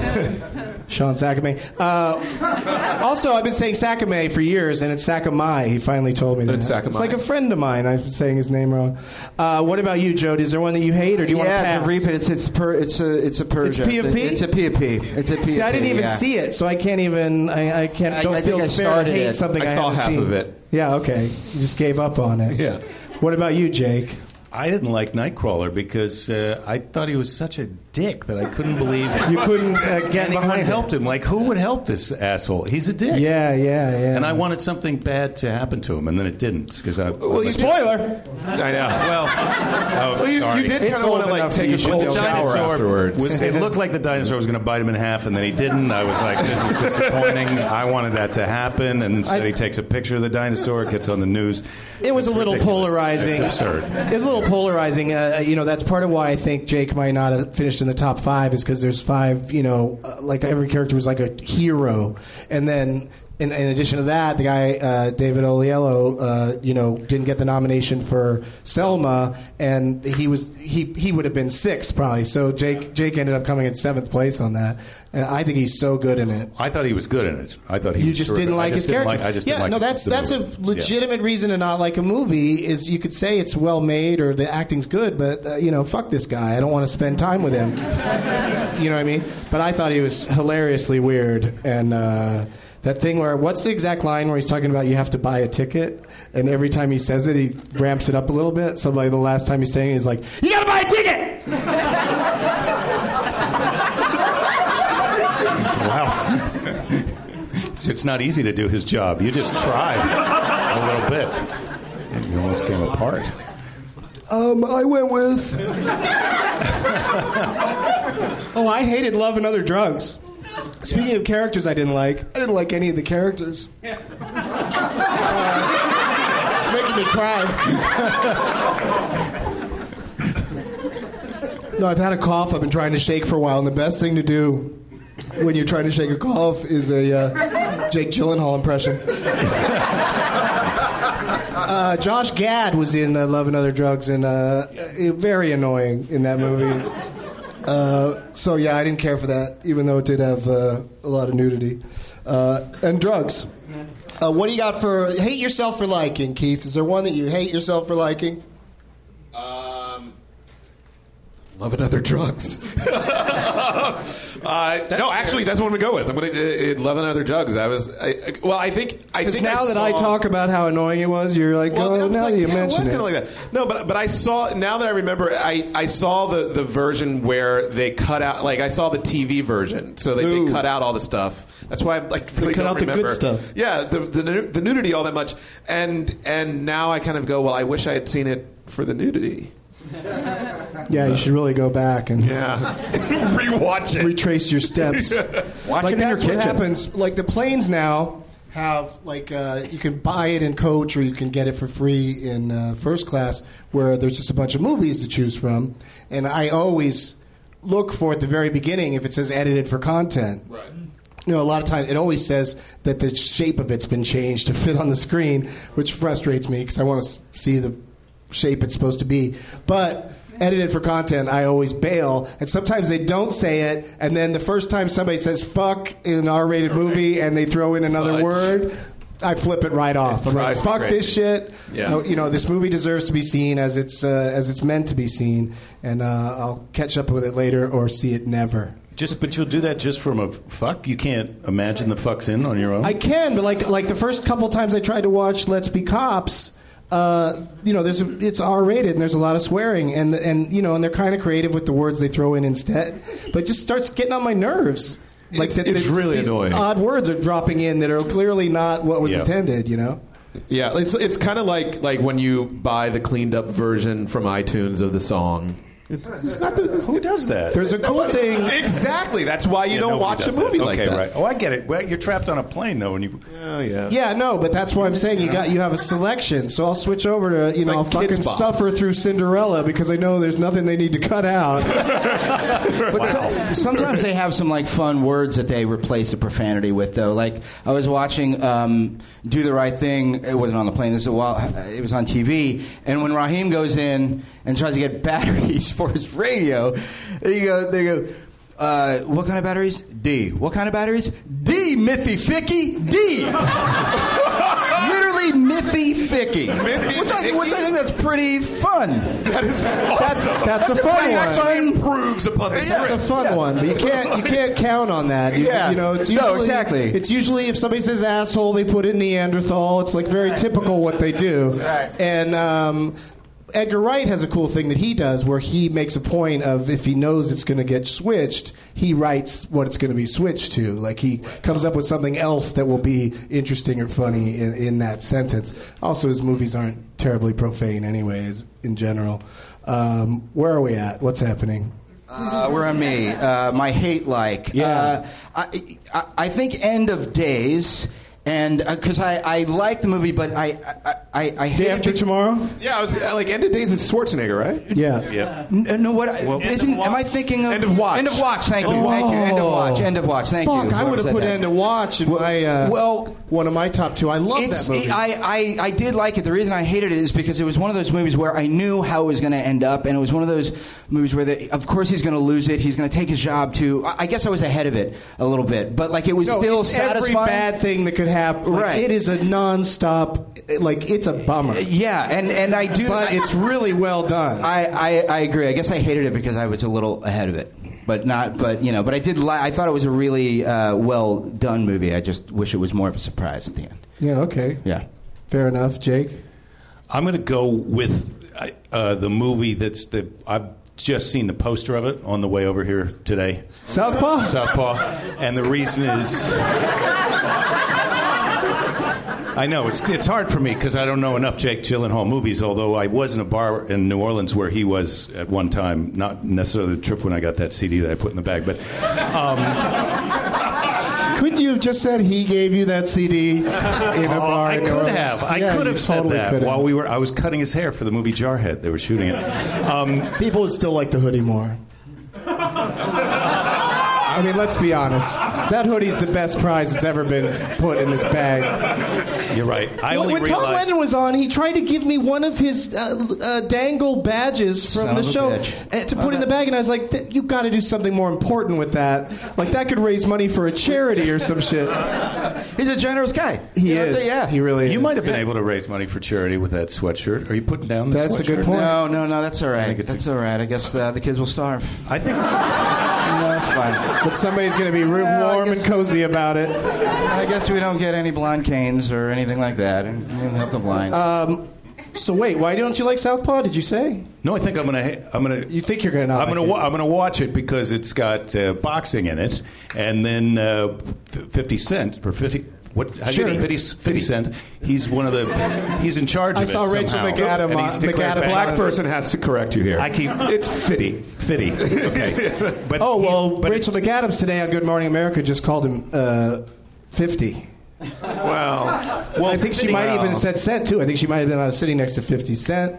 S2: Sean Sakamay. Uh, also, I've been saying Sakamay for years, and it's Sakamai. He finally told me that.
S4: It's Sakamai.
S2: like a friend of mine. I've been saying his name wrong. Uh, what about you, Jody? Is there one that you hate, or do you want to
S3: yeah,
S2: pass?
S3: it's a repeat. It's it's per, it's a it's a Persia.
S2: P of P?
S3: It's a P of P. It's a P.
S2: See, I didn't even
S3: yeah.
S2: see it, so I can't even. I, I can't.
S3: I-
S2: don't
S3: I think
S2: feel
S3: I
S2: it's fair to
S3: started
S2: hate
S3: it.
S2: something
S4: I
S2: I,
S4: saw
S2: haven't
S4: half
S2: seen.
S4: of it.
S2: Yeah. Okay. You just gave up on it.
S4: Yeah.
S2: What about you, Jake?
S5: I didn't like Nightcrawler because uh, I thought he was such a dick that I couldn't believe
S2: You couldn't uh, get
S5: anyone
S2: behind it.
S5: helped him. Like, who would help this asshole? He's a dick.
S2: Yeah, yeah, yeah.
S5: And I wanted something bad to happen to him, and then it didn't because I.
S4: Well, you
S2: Spoiler.
S4: I know. Well,
S5: oh,
S4: you,
S5: sorry.
S4: you did
S2: It's
S4: kind of
S2: old
S4: want to like
S2: enough that
S4: take
S2: you
S4: a
S2: should
S4: cold
S2: know.
S4: shower afterwards.
S5: Was, it looked like the dinosaur was going to bite him in half, and then he didn't. I was like, "This is disappointing." I wanted that to happen, and instead
S2: I-
S5: he takes a picture of the dinosaur, gets on the news.
S2: It was a little
S5: ridiculous.
S2: polarizing.
S5: It's absurd.
S2: It was a little polarizing. Uh, you know, that's part of why I think Jake might not have finished in the top five is because there's five. You know, uh, like every character was like a hero, and then. In, in addition to that, the guy uh, David Oliello, uh, you know, didn't get the nomination for Selma, and he was he he would have been sixth probably. So Jake Jake ended up coming in seventh place on that, and I think he's so good in it.
S5: I thought he was good in it. I thought he.
S2: You
S5: was
S2: just
S5: terrific.
S2: didn't
S5: I
S2: like
S5: just
S2: his
S5: didn't
S2: character.
S5: like- I just
S2: yeah,
S5: didn't like
S2: no, that's
S5: the
S2: that's
S5: movie.
S2: a
S5: Yeah.
S2: legitimate reason to not like a movie. Is you could say it's well made or the acting's good, but uh, you know, fuck this guy. I don't want to spend time with him. you know what I mean? But I thought he was hilariously weird and. Uh, that thing where what's the exact line where he's talking about you have to buy a ticket and every time he says it he ramps it up a little bit so like the last time he's saying it, he's like you gotta buy a ticket
S5: Wow. So it's not easy to do his job. You just tried a little bit, and you almost came apart.
S2: um I went with oh I hated Love and Other Drugs Speaking of characters I didn't like, I didn't like any of the characters. Uh, it's making me cry. no, I've had a cough. I've been trying to shake for a while, and the best thing to do when you're trying to shake a cough is a uh, Jake Gyllenhaal impression. Uh, Josh Gad was in uh, Love and Other Drugs, and uh, uh, very annoying in that movie. Uh, so yeah, I didn't care for that, even though it did have uh, a lot of nudity uh, and drugs. Uh, what do you got for hate yourself for liking, Keith? Is there one that you hate yourself for liking?
S4: Love and other drugs. Uh, no, actually, that's what I'm gonna go with. I'm gonna uh, uh, eleven other jugs. I was, I, I- well, I think, I
S2: Because
S4: think
S2: now that I
S4: saw-
S2: talk about how annoying it was, you're like,
S4: Well, I
S2: oh,
S4: was
S2: now
S4: like,
S2: that you
S4: yeah, it was
S2: mention it.
S4: kinda like that. No, but but I saw now that I remember, I, I saw the, the version where they cut out like I saw the TV version, so they, they
S2: Ooh.
S4: cut out all the stuff. That's why I like really
S2: cut
S4: don't
S2: out the good
S4: remember.
S2: stuff.
S4: Yeah, the, the nu- the nudity all that much, and and now I kind of go, well, I wish I had seen it for the nudity.
S2: yeah, you should really go back and
S4: Yeah, rewatch it.
S2: retrace your steps.
S3: Watch
S2: like
S3: it in your
S2: that's what
S3: kitchen.
S2: happens. Like the planes now have like uh, you can buy it in coach or you can get it for free in uh, first class, where there's just a bunch of movies to choose from. And I always look for at the very beginning if it says edited for content. Right.
S3: Mm-hmm.
S2: You know, a lot of times it always says that the shape of it's been changed to fit on the screen, which frustrates me because I want to see the shape it's supposed to be. But edited for content, I always bail. And sometimes they don't say it, and then the first time somebody says fuck in an R rated movie and they throw in another
S4: Fudge.
S2: word, I flip it right off. I'm like,
S4: drives me
S2: fuck
S4: crazy.
S2: this shit.
S4: Yeah.
S2: No, You know, this movie deserves to be seen as it's, uh, as it's meant to be seen, and uh, I'll catch up with it later or see it never.
S5: Just, but you'll do that just from a fuck. You can't imagine the fucks in on your own.
S2: I can, but like like the first couple times I tried to watch Let's Be Cops, uh, you know, there's a, it's R rated and there's a lot of swearing and and you know and they're kind of creative with the words they throw in instead, but it just starts getting on my nerves. Like
S4: It's-
S2: that-
S4: it's
S2: that just
S4: really
S2: these
S4: annoying.
S2: Odd words are dropping in that are clearly not what was
S4: Yeah.
S2: intended. You know.
S4: Yeah, it's it's kind of like like when you buy the cleaned up version from iTunes of the song. It's, it's not the, it's-
S5: Who does that?
S2: There's a cool thing.
S4: exactly. That's why you
S5: Yeah,
S4: don't
S5: nobody
S4: watch a
S5: does
S4: movie
S5: that.
S4: like
S5: Okay,
S4: that.
S5: right. Oh, I get it. Well, you're trapped on a plane though, and you.
S4: Oh yeah.
S2: Yeah, no, but that's why I'm saying you got you have a selection. So I'll switch over to you know
S4: like
S2: I'll fucking
S4: Kids Bop.
S2: suffer through Cinderella because I know there's nothing they need to cut out.
S3: But so- sometimes they have some like fun words that they replace the profanity with, though. Like I was watching um, "Do the Right Thing." It wasn't on the plane. This is a while. It was on TV. And when Raheem goes in and tries to get batteries for his radio, they go. They go. Uh, what kind of batteries? D. What kind of batteries? D. Mithy Ficky. D. Literally Mithy Ficky.
S4: Miffy
S3: Which I, which I think that's pretty fun.
S4: That is awesome.
S2: That's that's a
S3: That's a
S2: fun one.
S3: great action
S4: actually improves upon the
S2: That's a
S4: script.
S2: fun one, but you can't you can't count on that. You,
S3: Yeah.
S2: you know, it's
S3: No,
S2: usually,
S3: exactly.
S2: It's usually if somebody says asshole, they put in Neanderthal. It's like very typical what they do. And um, Edgar Wright has a cool thing that he does where he makes a point of if he knows it's going to get switched, he writes what it's going to be switched to. Like he comes up with something else that will be interesting or funny in, in that sentence. Also, his movies aren't terribly profane, anyways, in general. Um, where are we at? What's happening?
S3: Uh, we're on me. Uh, my hate like.
S2: Yeah.
S3: Uh, I, I, I think End of Days, and because I, I like the movie, but I I, I, I hate
S2: Day
S3: it
S2: after
S3: be-
S2: tomorrow?
S4: Yeah, I was, like End of Days is Schwarzenegger, right?
S2: Yeah.
S5: Yeah.
S3: N- No, what? I- isn't, am I thinking of
S4: End of Watch.
S3: End of Watch. Thank you. Thank you. End of Watch. End of Watch. Thank you.
S2: Oh. Fuck, I
S3: Whoever
S2: would have
S3: said
S2: put
S3: that.
S2: End of Watch in my uh,
S3: Well-
S2: one of my top two. I love
S3: It's,
S2: that movie.
S3: I, I, I did like it. The reason I hated it is because it was one of those movies where I knew how it was going to end up, and it was one of those movies where, the, of course, he's going to lose it. He's going to take his job to. I I guess I was ahead of it a little bit, but like it was
S2: No,
S3: still
S2: it's
S3: satisfying.
S2: Every bad thing that could happen. Like,
S3: Right.
S2: It is a nonstop. Like it's a bummer,
S3: Yeah, and, and I do.
S2: but it's really well done.
S3: I, I, I agree. I guess I hated it because I was a little ahead of it, but not. But you know, but I did. Li- I thought it was a really uh, well done movie. I just wish it was more of a surprise at the end.
S2: yeah. Okay.
S3: Yeah.
S2: Fair enough, Jake.
S5: I'm going to go with I- uh, the movie that's the I've just seen the poster of it on the way over here today,
S2: Southpaw.
S5: Southpaw, and the reason is. I know it's it's hard for me because I don't know enough Jake Gyllenhaal movies. Although I was in a bar in New Orleans where he was at one time, not necessarily the trip when I got that CD that I put in the bag, but
S2: Couldn't you have just said he gave you that CD in a
S5: Oh,
S2: bar?
S5: I
S2: in
S5: could
S2: New Orleans?
S5: have. I
S2: Yeah,
S5: could
S2: you
S5: have said
S2: totally
S5: that
S2: could have.
S5: while we were. I was cutting his hair for the movie Jarhead. They were shooting it. Um,
S2: People would still like the hoodie more. I mean, let's be honest. That hoodie's the best prize that's ever been put in this bag.
S5: You're right. I
S2: when
S5: only
S2: when Tom
S5: realized.
S2: Lennon was on, he tried to give me one of his uh, uh, dangle badges from
S3: Son
S2: the
S3: of a
S2: show
S3: bitch.
S2: uh, to put in the bag, and I was like, "Th- "You got to do something more important with that. Like that could raise money for a charity or some shit."
S3: He's a generous guy.
S2: He
S3: You know,
S2: is.
S3: so, yeah.
S2: he really.
S5: you
S2: is.
S5: might have been able to raise money for charity with that sweatshirt. Are you putting down the
S2: That's a good
S5: sweatshirt?
S2: point.
S3: No, no, no. That's all right.
S5: think it's
S3: that's
S5: a-
S3: all right. I guess uh, the kids will starve.
S5: I think
S3: No, that's fine.
S2: But somebody's going to be room
S3: Well, I
S2: warm and
S3: guess-
S2: cozy about it.
S3: I guess we don't get any blonde canes or anything like that, and we can help the blind.
S2: Um, So wait, why don't you like Southpaw? Did you say?
S5: no. I think I'm gonna. I'm gonna.
S2: You think you're going to?
S5: I'm gonna. Wa- I'm gonna watch it because it's got uh, boxing in it, and then uh, f- Fifty Cent for fifty. What? how
S2: Sure.
S5: did he- 50, 50 Cent. He's one of the. He's in charge of
S2: I
S5: it.
S2: saw Rachel
S5: somehow.
S2: McAdam
S5: And
S2: on-
S5: he's declared
S2: McAdam
S5: bankrupt.
S2: on-
S4: Black person has to correct you here.
S5: I keep-
S4: It's fitty.
S5: Fitty. Okay. But
S2: Oh
S5: he's-
S2: well,
S5: but
S2: Rachel
S5: it's-
S2: McAdams today on Good Morning America just called him uh, fifty.
S4: Well,
S5: Well,
S2: I think she might
S5: Fitty-
S2: even said cent too. I think she might have been uh, sitting next to fifty cent.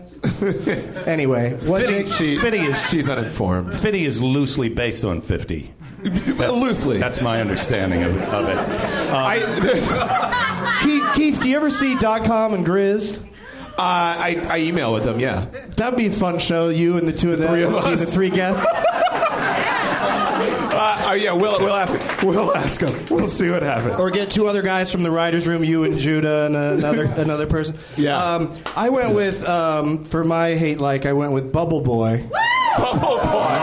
S2: anyway, what
S5: Fitty-
S4: she,
S5: Fitty is-
S4: she's uninformed.
S5: Fitty is loosely based on Fifty.
S4: Loosely.
S5: That's my understanding of, of it. Um,
S4: I, there's-
S2: Keith, Keith, do you ever see dot com and Grizz?
S4: uh, I, I email with them, yeah.
S2: That'd be a fun show. You and the two of them,
S4: Three of
S2: would be
S4: us.
S2: the three guests.
S4: Uh, uh, yeah, we'll, we'll ask him. We'll ask him. We'll see what happens.
S2: or get two other guys from the writers' room, you and Judah, and another another person.
S4: Yeah.
S2: Um, I went with um, for my hate like I went with Bubble Boy.
S4: Bubble Boy.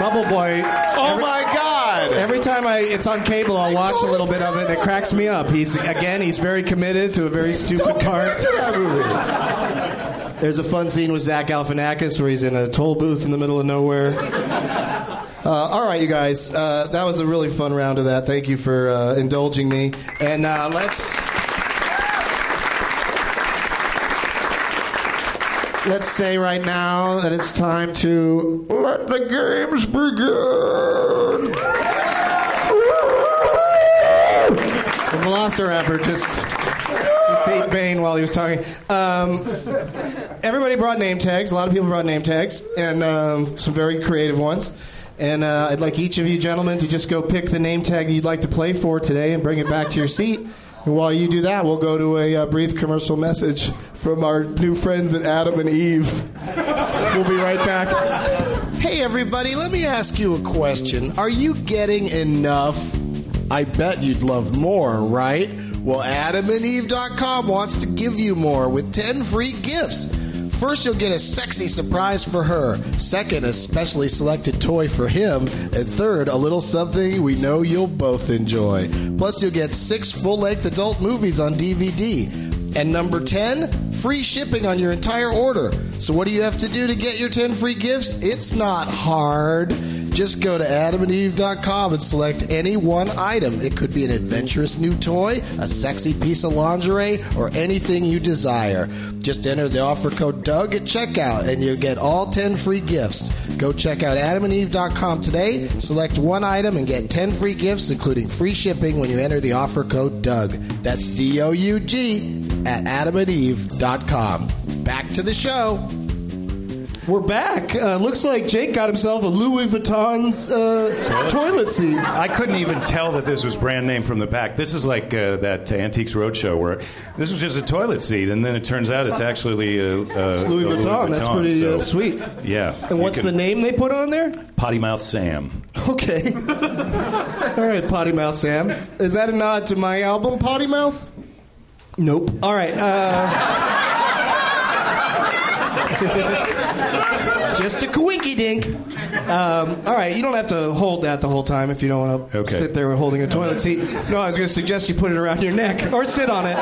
S2: Bubble Boy.
S4: Oh
S2: every-
S4: my God.
S2: Every time I, it's on cable, I'll watch a little bit of it, and it cracks me up. He's again, he's very committed to a very stupid part.
S4: to that movie.
S2: There's a fun scene with Zach Galifianakis where he's in a toll booth in the middle of nowhere. Uh, all right, you guys, uh, that was a really fun round of that. Thank you for uh, indulging me, and uh, let's let's say right now that it's time to let the games begin. The Velociraptor just just ate Bane while he was talking. Um, everybody brought name tags. A lot of people brought name tags, and um, some very creative ones. And uh, I'd like each of you gentlemen to just go pick the name tag that you'd like to play for today and bring it back to your seat. And while you do that, we'll go to a uh, brief commercial message from our new friends at Adam and Eve. We'll be right back. Hey, everybody, let me ask you a question. Are you getting enough? I bet you'd love more, right? Well, adamandeve.com wants to give you more with 10 free gifts. First, you'll get a sexy surprise for her. Second, a specially selected toy for him. And third, a little something we know you'll both enjoy. Plus, you'll get six full length adult movies on DVD. And number 10, free shipping on your entire order. So, what do you have to do to get your 10 free gifts? It's not hard. Just go to adamandeve.com and select any one item. It could be an adventurous new toy, a sexy piece of lingerie, or anything you desire. Just enter the offer code DOUG at checkout and you'll get all 10 free gifts. Go check out adamandeve.com today, select one item, and get 10 free gifts, including free shipping when you enter the offer code DOUG. That's D O U G at adamandeve.com. Back to the show. We're back. Uh, looks like Jake got himself a Louis Vuitton uh, toilet seat.
S5: I couldn't even tell that this was brand name from the back. This is like uh, that Antiques Roadshow where this was just a toilet seat, and then it turns out it's actually uh, uh, a
S2: Louis Vuitton. That's pretty uh,
S5: so-
S2: sweet.
S5: Yeah.
S2: And
S5: you
S2: what's
S5: can-
S2: the name they put on there?
S5: Potty Mouth Sam.
S2: Okay. All right, Potty Mouth Sam. Is that a nod to my album, Potty Mouth? Nope. All right. Uh... uh, Just a quinky dink. Um, all right, you don't have to hold that the whole time if you don't want to
S5: Okay.
S2: sit there holding a toilet seat. No, I was going to suggest you put it around your neck or sit on it.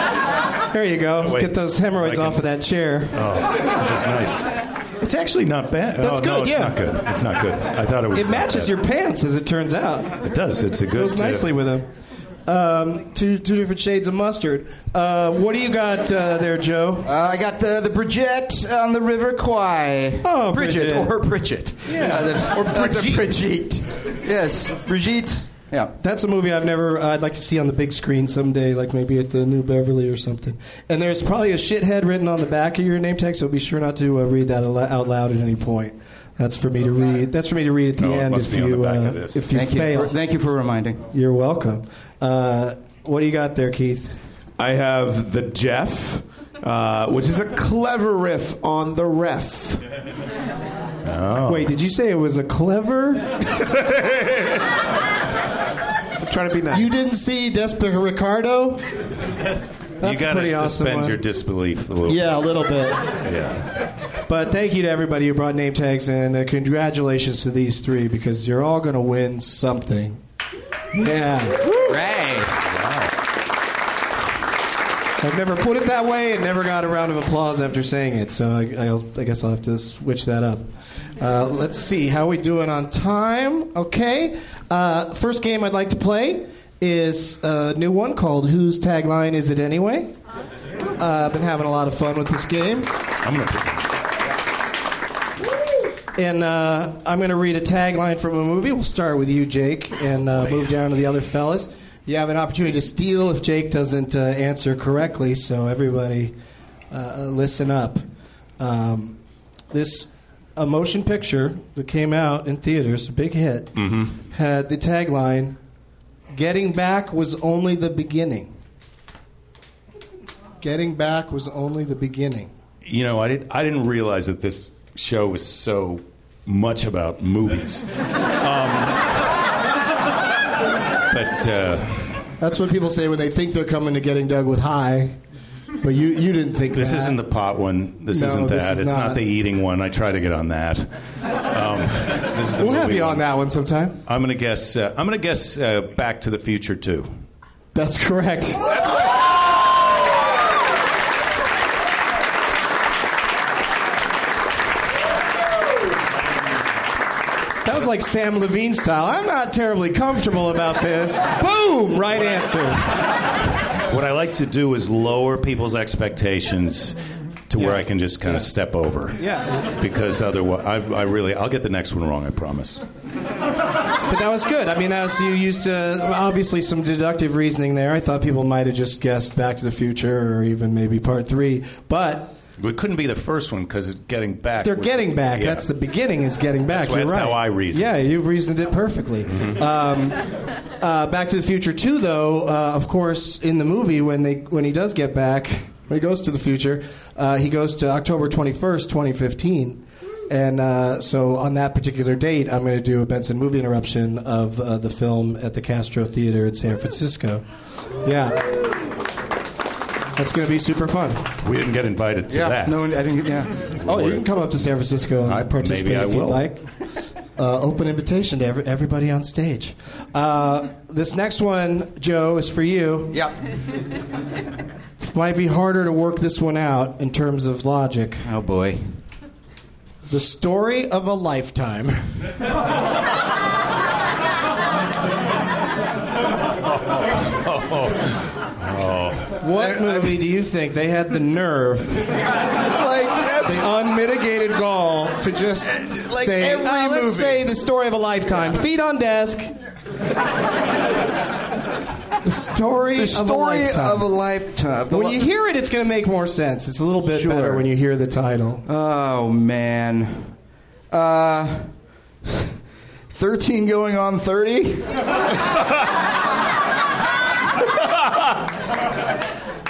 S2: There you go.
S5: Wait.
S2: Get those hemorrhoids
S5: I can-
S2: off of that chair.
S5: Oh, this is nice. It's actually not bad.
S2: That's
S5: oh, No,
S2: good,
S5: it's
S2: yeah.
S5: not good. It's not good. I thought it was.
S2: It
S5: not
S2: matches
S5: bad.
S2: your pants, as it turns out.
S5: It does. It's a good. uh,
S2: goes nicely with him. Um, two two different shades of mustard. Uh, what do you got uh, there, Joe?
S3: Uh, I got the the Bridget on the River Kwai.
S2: Oh,
S3: Bridget,
S2: Bridget.
S3: or Bridget. Uh,
S2: Yeah.
S3: or Bridget. Yes, Brigitte. Yeah.
S2: That's a movie I've never. I'd like to see on the big screen someday, like maybe at the New Beverly or something. And there's probably a shithead written on the back of your name tag, so be sure not to uh, read that al- out loud at any point. That's for me to read. That's for me to read at the
S5: Oh, it
S2: end
S5: must
S2: if
S5: be on the
S2: you
S5: back
S2: uh,
S5: of this.
S2: if you
S3: Thank you.
S2: fail.
S3: For, thank you for reminding.
S2: You're welcome. Uh, what do you got there, Keith?
S4: I have the Jeff, uh, which is a clever riff on the ref.
S5: Oh.
S2: Wait, did you say it was a clever?
S4: I'm trying to be nice.
S2: You didn't see Desperate Ricardo? That's a
S5: you got
S2: pretty
S5: to
S2: awesome
S5: suspend
S2: one.
S5: your disbelief a little.
S2: Yeah, a little bit.
S5: bit. Yeah.
S2: But thank you to everybody who brought name tags, and uh, congratulations to these three because you're all going to win something. Yeah. I've never put it that way and never got a round of applause after saying it, so I, I'll, I guess I'll have to switch that up. Uh, let's see how we doing on time. Okay. Uh, first game I'd like to play is a new one called Whose Tagline Is It Anyway? Uh, I've been having a lot of fun with this game.
S5: I'm gonna put,
S2: And uh, I'm going to read a tagline from a movie. We'll start with you, Jake, and uh, move down to the other fellas. You have an opportunity to steal if Jake doesn't uh, answer correctly, so everybody uh, listen up. Um, this a motion picture that came out in theaters, a big hit, had the tagline Getting Back was only the beginning. Getting Back was only the beginning.
S5: you know, I didn't. I didn't realize that this show was so much about movies. um, but uh,
S2: That's what people say when they think they're coming to Getting Doug with High, but you, you didn't think
S5: this
S2: that.
S5: isn't the pot one. This
S2: No,
S5: isn't
S2: this
S5: that.
S2: is
S5: it's not.
S2: not.
S5: the eating one. I try to get on that. Um, this is the
S2: We'll have
S5: movie
S2: you on
S5: one.
S2: that one sometime.
S5: I'm gonna guess. Uh, I'm gonna guess uh, Back to the Future too.
S2: That's correct. That was like Sam Levine style. I'm not terribly comfortable about this. Boom! Right answer.
S5: What I like to do is lower people's expectations to where I can just kind of step over.
S2: Yeah.
S5: Because otherwise, I, I really, I'll get the next one wrong. I promise.
S2: But that was good. I mean, as you used to, obviously some deductive reasoning there. I thought people might have just guessed Back to the Future or even maybe Part Three, but
S5: It couldn't be the first one because getting back.
S2: they're
S5: was-
S2: getting back.
S5: yeah.
S2: That's the beginning. Is getting back.
S5: That's why-
S2: You're
S5: that's
S2: right.
S5: how I reasoned. Mm-hmm.
S2: Yeah, you've reasoned it perfectly. Um, uh, back to the Future Two, though, uh, of course, in the movie when they when he does get back, when he goes to the future, uh, he goes to October 21st, 2015. And uh, so, on that particular date, I'm going to do a Benson movie interruption of uh, the film at the Castro Theater in San Francisco. Yeah, that's going to be super fun.
S5: We didn't get invited to that.
S3: No, I didn't get. Yeah.
S2: Oh, you can come up to San Francisco and
S5: I-
S2: participate
S5: maybe I
S2: if you'd
S5: will.
S2: like. Uh, open invitation to every, everybody on stage. Uh, this next one, Joe, is for you.
S3: Yep.
S2: Might be harder to work this one out in terms of logic.
S3: Oh boy.
S2: The story of a lifetime. What movie do you think they had the nerve,
S3: Like that's.
S2: the unmitigated gall, to just
S3: Like
S2: say,
S3: every
S2: "Ah, Eh, let's
S3: movie."
S2: say the story of a lifetime. Feet on desk. the story,
S3: The story
S2: of a lifetime.
S3: of a lifetime.
S2: when you hear it, it's going to make more sense. It's a little bit
S3: Sure.
S2: better when you hear the title.
S3: Oh man. Uh, thirteen going on thirty.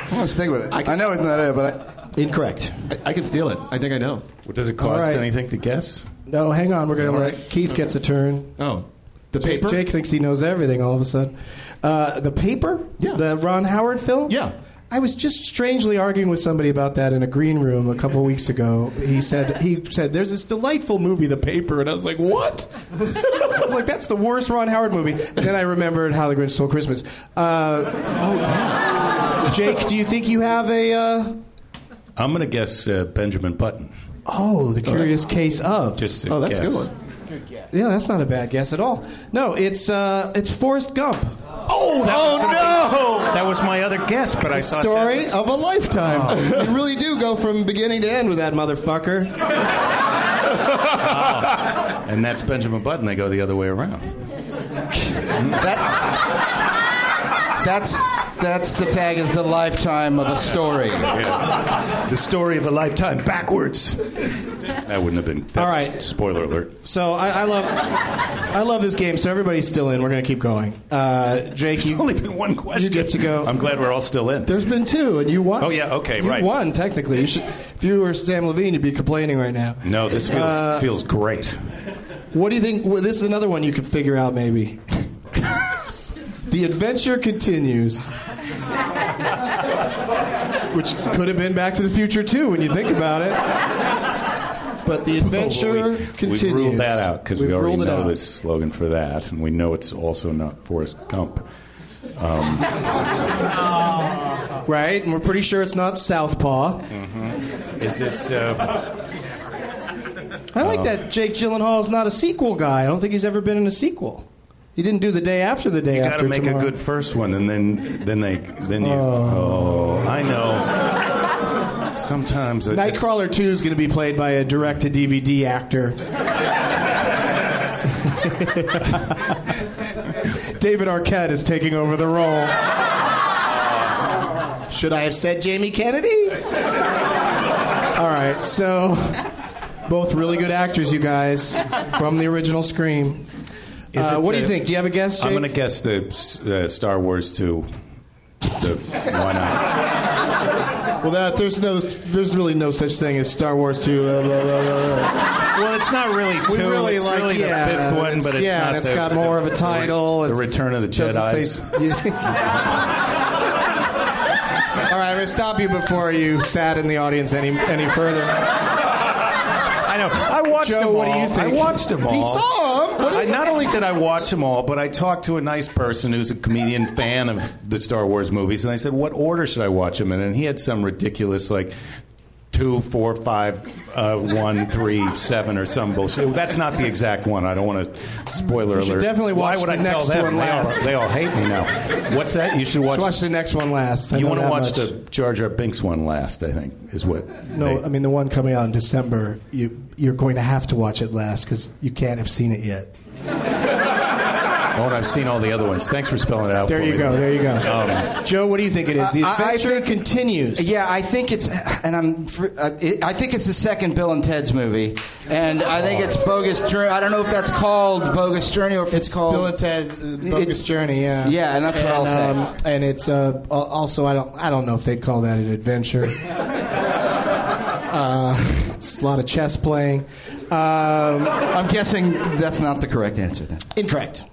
S3: I'm gonna stick with it. I, know it's not it, but
S2: Incorrect.
S4: I, I can steal it. I think I know.
S5: Does it cost
S2: right.
S5: anything to guess?
S2: No, hang on. We're going to let Keith gets a turn.
S4: Oh, the
S2: Jake-
S4: paper.
S2: Jake thinks he knows everything all of a sudden. Uh, the paper?
S4: Yeah.
S2: The Ron Howard film?
S4: Yeah.
S2: I was just strangely arguing with somebody about that in a green room a couple weeks ago. He said he said there's this delightful movie, The Paper, and I was like, what? I was like, that's the worst Ron Howard movie. And then I remembered How the Grinch Stole Christmas. Uh,
S4: Oh,
S2: Jake, do you think you have a? Uh,
S5: I'm going to guess uh, Benjamin Button.
S2: oh, the Curious Case of.
S5: Just
S4: Oh, that's
S5: guess.
S4: a good one.
S2: Yeah, that's not a bad guess at all. No, it's uh, it's Forrest Gump.
S5: Oh, that was gonna be- that was my other guess, but I thought that
S2: Story
S5: was-
S2: of a lifetime. You really do go from beginning to end with that motherfucker.
S5: and that's Benjamin Button. They go the other way around.
S3: I, that that's that's the tag is the lifetime of a story.
S5: The story of a lifetime backwards. That wouldn't have been. That's
S2: All right.
S5: Spoiler alert.
S2: So I, I love, I love this game. So everybody's still in. We're gonna keep going. Uh, Drake, you,
S5: Only been one question.
S2: You get to go.
S5: I'm glad we're all still in.
S2: There's been two, and you won.
S5: Oh, yeah, okay,
S2: you
S5: right.
S2: won technically. You should, if you were Sam Levine, you'd be complaining right now.
S5: no, this feels, feels great.
S2: What do you think? Well, this is another one you could figure out, maybe. the adventure continues. Which could have been Back to the Future too, when you think about it. But the adventure
S5: Well, we,
S2: continues.
S5: We've ruled that out because we
S2: We've
S5: already
S2: ruled it
S5: know
S2: out.
S5: this slogan for that, and we know it's also not Forrest Gump.
S2: right? And we're pretty sure it's not Southpaw.
S5: Is it? Uh,
S2: I like
S5: Uh-huh.
S2: that Jake Gyllenhaal's not a sequel guy. I don't think he's ever been in a sequel. He didn't do the day after the day
S5: you got
S2: after
S5: to make
S2: tomorrow.
S5: a good first one, and then then they then you. Oh, I know. Sometimes it- it's-
S2: Nightcrawler 2 is going to be played by a direct to DVD actor. David Arquette is taking over the role. Should I have said Jamie Kennedy? All right, so both really good actors, you guys, from the original Scream.
S5: Is
S2: Uh,
S5: it,
S2: what do
S5: uh,
S2: you think? Do you have a guess, Jake?
S5: I'm gonna guess the uh, Star Wars two. The, why not?
S2: Well, that, there's no, there's really no such thing as Star Wars 2. blah, blah, blah, blah, blah.
S5: Well, it's not really
S2: We
S5: two.
S2: really
S5: it's
S2: like
S5: really
S2: yeah,
S5: the fifth one,
S2: it's-
S5: but it's
S2: yeah,
S5: not.
S2: and it's
S5: the-
S2: got more of a
S5: the-
S2: title.
S5: The,
S2: It's-
S5: Return of the
S2: it doesn't
S5: Jedi.
S2: say- Yeah. All right, I'm gonna stop you before you sat in the audience any any further.
S5: I know. I watched
S2: Joe,
S5: them all.
S2: what do you think?
S5: I watched them all.
S2: He saw 'em? What do you-
S5: I, not only did I watch them all, but I talked to a nice person who's a comedian fan of the Star Wars movies, and I said, "What order should I watch them in?" And he had some ridiculous like. Two, four, five, uh, one, three, seven, or some bullshit. That's not the exact one. I don't want to spoiler
S2: should
S5: alert.
S2: definitely watch
S5: Why would
S2: the
S5: I tell
S2: next
S5: them?
S2: one
S5: They all-
S2: last.
S5: They all, hate me now. What's that? You should watch.
S2: Let's watch the next one last. I
S5: you
S2: know
S5: want to
S2: that
S5: watch
S2: much.
S5: the Jar Jar Binks one last? I think is what.
S2: No,
S5: they-
S2: I mean the one coming out in December. You you're going to have to watch it last because you can't have seen it yet.
S5: Oh, and I've seen all the other ones. Thanks for spelling it out.
S2: There
S5: for
S2: you
S5: me.
S2: go. There you go.
S5: Um,
S2: Joe, what do you think it is? The
S3: I- I
S2: adventure
S3: think-
S2: continues.
S3: Yeah, I think it's, and I'm, fr- uh, it, I think it's the second Bill and Ted's movie, and I think it's Bogus Journey. I don't know if that's called Bogus Journey or if it's,
S2: It's
S3: called
S2: Bill and Ted uh, Bogus
S3: It's-
S2: Journey, yeah.
S3: Yeah, and that's what I'll say.
S2: and it's uh, al- also I don't I don't know if they'd call that an adventure. uh, it's a lot of chess playing. Um,
S3: I'm guessing that's not the correct answer then.
S2: incorrect.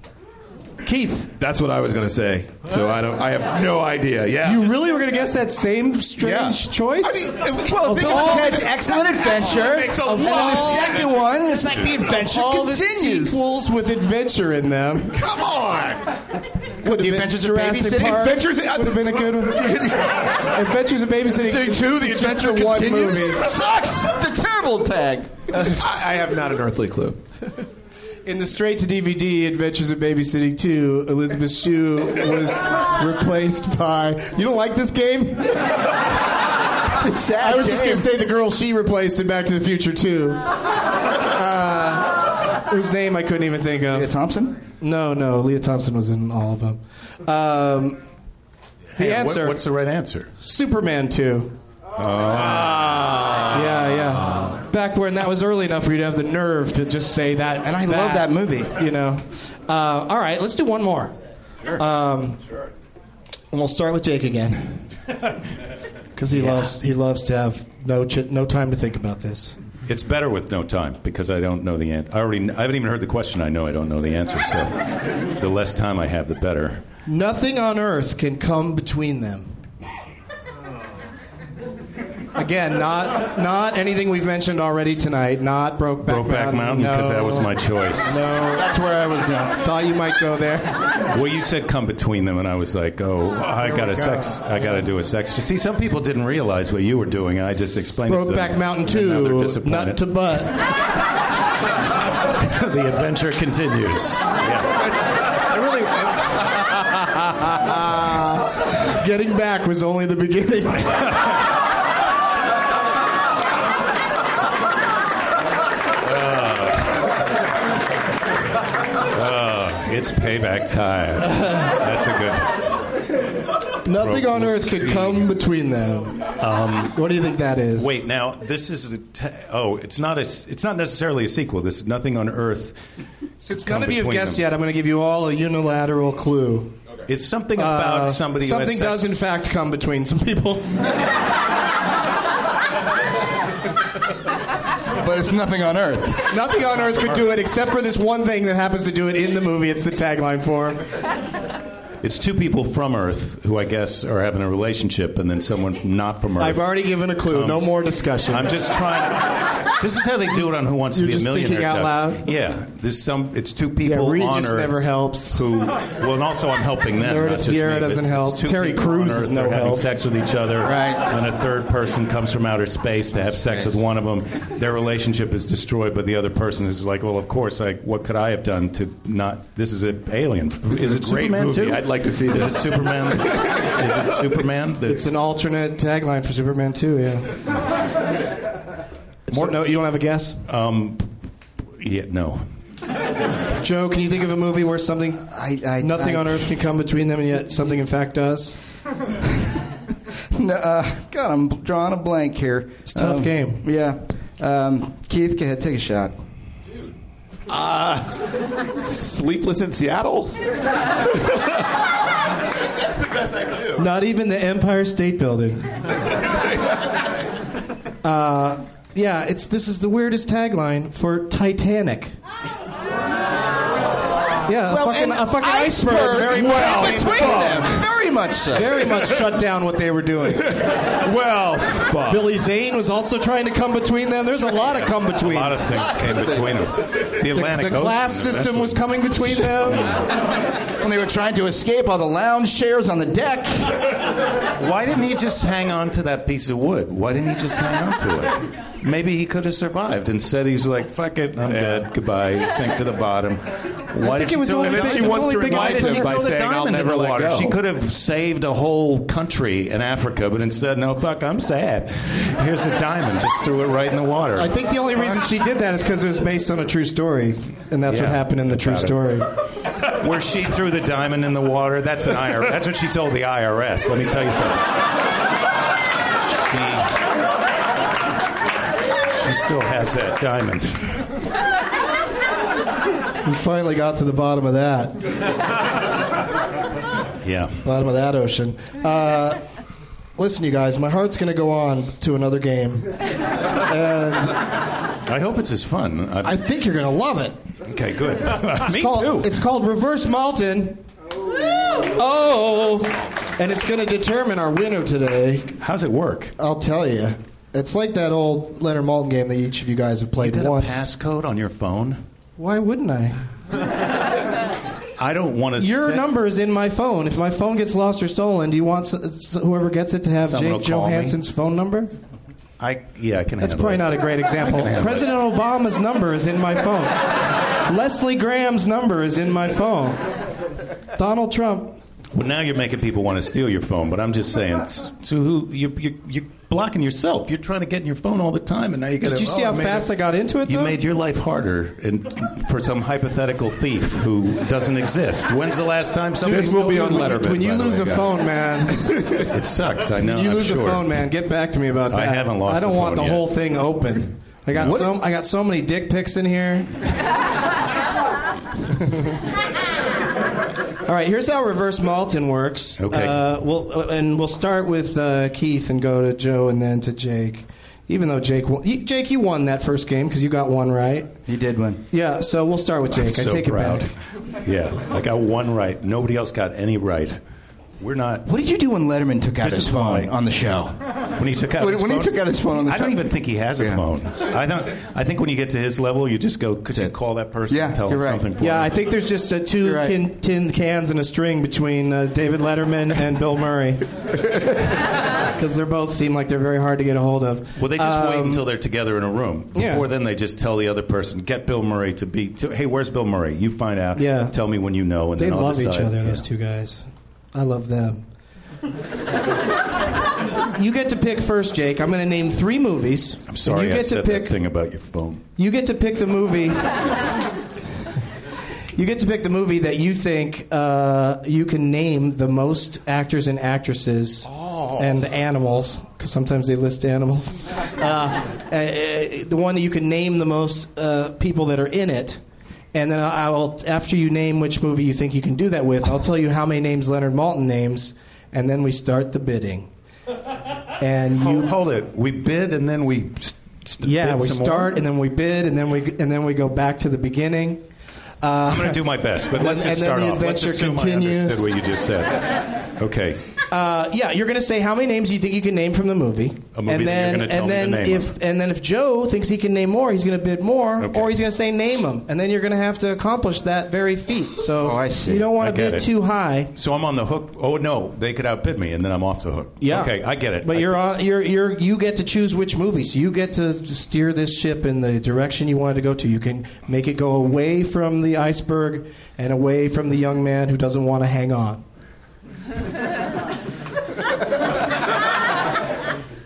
S2: Keith,
S4: That's what I was going to say. So I don't. I have no idea. Yeah.
S2: you really were going to guess that same
S4: Yeah.
S2: strange choice?
S4: I mean,
S3: Well,
S4: of
S3: Bill
S4: all
S3: and
S4: the-
S3: Ted's Excellent Adventure,
S4: makes a
S3: and then the
S4: lot-
S3: second one, it's like the adventure
S2: all the
S3: continues.
S2: sequels with adventure in them.
S4: Come on.
S2: Would have
S3: Adventures of
S2: Jurassic
S3: Babysitting?
S2: Park.
S4: Adventures in-
S2: would have been a good one. Adventures of Babysitting.
S4: Say two, the
S2: It's just
S4: adventure
S2: the one
S4: continues?
S2: movie.
S3: Sucks. The terrible tag.
S4: I, I have not an earthly clue.
S2: In the straight to DVD Adventures of Babysitting 2, Elizabeth Shue was replaced by. You don't like this game?
S3: It's a sad
S2: I was just
S3: game.
S2: going to say the girl she replaced in Back to the Future 2. Uh, whose name I couldn't even think
S3: Leah
S2: of.
S3: Thompson.
S2: No, no, Leah Thompson was in all of them. Um, the
S5: Yeah, what-
S2: answer
S5: what's the right answer?
S2: Superman 2.
S3: Oh.
S2: Yeah, yeah. Back when that was early enough for you to have the nerve to just say that.
S3: And I love that movie.
S2: You know. Uh, all right, let's do one more. Sure. Um, sure. And we'll start with Jake again, because he loves he loves to have no ch- no time to think about this.
S5: It's better with no time because I don't know the answer. I already, I haven't even heard the question. I know I don't know the answer. So, the less time I have, the better.
S2: Nothing on earth can come between them. Again, not not anything we've mentioned already tonight. Not Brokeback Mountain.
S5: Brokeback Mountain because
S2: no.
S5: that was my choice.
S2: No, that's where I was going. Thought you might go there.
S5: Well, you said come between them, and I was like, oh, I got
S2: we
S5: a
S2: go.
S5: sex. I got to do a sex. You see, some people didn't realize what you were doing, and I just explained. it to
S2: Brokeback
S5: them,
S2: Mountain
S5: and now they're
S2: 2,
S5: uh, disappointed.
S2: nut to butt.
S5: the adventure continues. Yeah. I really.
S2: Getting back was only the beginning.
S5: It's payback time. That's a good.
S2: Nothing
S5: Broke
S2: on
S5: was
S2: earth could
S5: speeding
S2: come
S5: up.
S2: between them. what do you think that is?
S5: Um, Wait, now this is the te- oh, it's not a, s- it's not necessarily a sequel. This is nothing on Earth.
S2: Since
S5: come
S2: none of you have
S5: between
S2: guessed
S5: them.
S2: yet, I'm going to give you all a unilateral clue.
S5: It's something about
S2: Uh,
S5: somebody. who has
S2: something
S5: sex-
S2: does, in fact, come between some people.
S3: But it's nothing on earth.
S2: Nothing on earth could do it except for this one thing that happens to do it in the movie. It's the tagline for him.
S5: It's two people from Earth who I guess are having a relationship, and then someone from- not from Earth.
S2: I've already given a clue. No
S5: Comes.
S2: more discussion.
S5: I'm just trying. This is how they do it on Who Wants
S2: You're
S5: to Be
S2: just
S5: a Millionaire.
S2: thinking out
S5: Doug.
S2: loud?
S5: Yeah, there's some. It's two people
S2: yeah, Reed
S5: on
S2: just
S5: Earth
S2: never helps.
S5: who. Well, and also I'm helping them.
S2: Meredith
S5: not just
S2: Vieira
S5: me, but
S2: doesn't help.
S5: it's two
S2: Terry
S5: people on
S2: Crews is
S5: Earth.
S2: no
S5: They're having
S2: help.
S5: sex with each other.
S3: Right.
S5: And then a third person comes from outer space to have sex with one of them. Their relationship is destroyed, but the other person is like, well, of course. Like, what could I have done to not? This is an alien. is
S4: is a
S5: it
S4: great
S5: Superman
S4: movie.
S5: too?
S4: I'd like to see
S5: Is
S4: this.
S5: it Superman? is it Superman? The-
S2: It's an alternate tagline for Superman 2, yeah. More, no, you don't have a guess?
S5: um, yeah, no.
S2: Joe, can you think of a movie where something,
S3: I, I,
S2: nothing
S3: I-
S2: on earth can come between them and yet something in fact does?
S3: No, uh, God, I'm drawing a blank here. It's
S2: a tough game.
S3: Yeah. Um, Keith, go ahead, take a shot.
S4: Sleepless in Seattle? That's the best I can do.
S2: Not even the Empire State Building. Uh, yeah, it's this is the weirdest tagline for Titanic. Yeah, a fucking, a fucking iceberg, very much
S3: between them. Very much so.
S2: very much shut down what they were doing.
S4: Well, fuck.
S2: Billy Zane was also trying to come between them. There's a lot of come betweens.
S5: A lot of things came between them. The Atlantic
S2: the
S5: Ocean,
S2: class system was coming between them.
S3: When they were trying to escape all the lounge chairs on the deck.
S5: Why didn't he just hang on to that piece of wood? Why didn't he just hang on to it? Maybe he could have survived. Instead, he's like, "Fuck it, I'm dead. Goodbye. Sink to the bottom." Why
S2: think
S5: did
S2: it was
S5: she throw
S2: only big-
S5: the diamond-
S2: it was only big
S5: Why
S2: enough
S5: did
S2: to-
S5: she
S2: by
S5: throw the
S4: saying, "I'll
S5: diamond in
S4: never
S5: the
S4: let
S5: water"?
S4: go.
S5: She could have saved a whole country in Africa, but instead, no. Fuck, I'm sad. Here's a diamond. Just threw it right in the water.
S2: I think the only reason she did that is because it was based on a true story, and that's
S5: Yeah,
S2: what happened in the true
S5: about it.
S2: story.
S5: Where she threw the diamond in the water. That's an IRS. That's what she told the IRS. Let me tell you something. She, she still has that diamond.
S2: We finally got to the bottom of that.
S5: Yeah.
S2: bottom of that ocean. Uh, listen, you guys, my heart's going to go on to another game.
S5: I hope it's as fun. I,
S2: I think you're going to love it.
S5: okay, good. Me
S2: Called-
S5: too.
S2: It's called Reverse Malton. Oh. And it's going to determine our winner today.
S5: How's it work?
S2: I'll tell you. It's like that old Leonard Malton game that each of you guys have played
S5: Get a
S2: once.
S5: passcode on your phone.
S2: Why wouldn't I?
S5: I don't want to.
S2: Your number is in my phone. If my phone gets lost or stolen, do you want s- s- whoever gets it to have
S5: Someone
S2: Jake
S5: will call me.
S2: Johansson's phone number?
S5: I yeah, I can.
S2: That's
S5: handle
S2: probably
S5: it.
S2: not a great example. President Obama's number is in my phone. Leslie Graham's number is in my phone. Donald Trump.
S5: Well, now you're making people want to steal your phone, but I'm just saying. s- So who you you you're blocking yourself? You're trying to get in your phone all the time, and now you oh, got.
S2: Did you see how fast Oh, I got into it,
S5: You
S2: though?
S5: made your life harder and for some hypothetical thief who doesn't exist. When's the last time somebody
S4: This will
S5: stole
S4: be
S5: your
S4: on
S5: phone?
S4: Letterman,
S2: When you
S4: by the
S2: lose
S4: way,
S2: a
S4: guys.
S2: phone, man,
S5: It sucks. I know.
S2: you
S5: I'm
S2: lose
S5: sure.
S2: a phone, man. Get back to me about that.
S5: I haven't lost
S2: I don't
S5: the
S2: want
S5: phone
S2: the
S5: yet.
S2: whole thing open. I got
S5: What?
S2: so I got so many dick pics in here. All right, here's how reverse Malton works.
S5: Okay.
S2: Uh, we'll, uh, and we'll start with uh, Keith and go to Joe and then to Jake. Even though Jake won, he, Jake, you won that first game because you got one right.
S3: You did win.
S2: Yeah, so we'll start with Jake.
S5: I'm so
S2: I take
S5: proud.
S2: it back.
S5: Yeah, I got one right. Nobody else got any right. We're not.
S3: What did you do when Letterman took out
S5: This
S3: his
S5: is
S3: phone
S5: why.
S3: on the show?
S5: When he took out
S3: When-
S5: his
S3: when he
S5: phone,
S3: took out his phone on the
S5: I don't
S3: show.
S5: even think he has a
S3: Yeah.
S5: phone. I don't. I think when you get to his level, you just go. Could you call that person?
S3: Yeah,
S5: and tell
S3: you're
S5: them
S3: right.
S5: something. For
S2: Yeah,
S5: me?
S2: I think there's just uh, two
S3: You're right.
S2: kin, tin cans and a string between uh, David Letterman and Bill Murray. Because they both seem like they're very hard to get a hold of.
S5: Well, they just wait
S2: Um,
S5: until they're together in a room. Before
S2: Yeah.
S5: then, they just tell the other person, "Get Bill Murray to be." To, hey, where's Bill Murray? You find out.
S2: Yeah.
S5: Tell me when you know, and
S2: They
S5: then I'll
S2: love each
S5: decide.
S2: other, those two
S5: Yeah.
S2: guys. I love them. you get to pick first, Jake. I'm going to name three movies.
S5: I'm sorry,
S2: You get
S5: I said
S2: to pick.
S5: that thing about your phone.
S2: You get to pick the movie. you You get to pick the movie that you think uh, you can name the most actors and actresses and animals, because sometimes they list animals. Uh, uh, uh, the one that you can name the most uh, people that are in it. And then I I will, after you name which movie you think you can do that with, I'll tell you how many names Leonard Maltin names, and then we start the bidding. And you
S5: Hold, hold it. We bid and then we. St- st-
S2: yeah,
S5: bid
S2: we
S5: some more?
S2: start and then we bid and then we and then we go back to the beginning.
S5: I'm going to do my best, but let's
S2: And-
S5: just
S2: and then
S5: start
S2: the
S5: off. Let's
S2: adventure
S5: assume I
S2: continues.
S5: understood what you just said. Okay.
S2: Uh, yeah, you're going to say how many names you think you can name from the movie,
S5: A movie
S2: and
S5: that
S2: then
S5: you're gonna tell
S2: and
S5: me the
S2: then
S5: name
S2: if
S5: of.
S2: and then if Joe thinks he can name more, he's going to bid more,
S5: Okay.
S2: or he's going to say name them, and then you're going to have to accomplish that very feat. So
S3: Oh, I see.
S2: you don't
S5: I
S2: want to
S5: get
S2: bid
S5: it.
S2: too high.
S5: So I'm on the hook. Oh no, they could outbid me, and then I'm off the hook.
S2: Yeah.
S5: Okay, I get it.
S2: But
S5: I-
S2: you're on, you're you're you get to choose which movie. So you get to steer this ship in the direction you want it to go to. You can make it go away from the iceberg and away from the young man who doesn't want to hang on.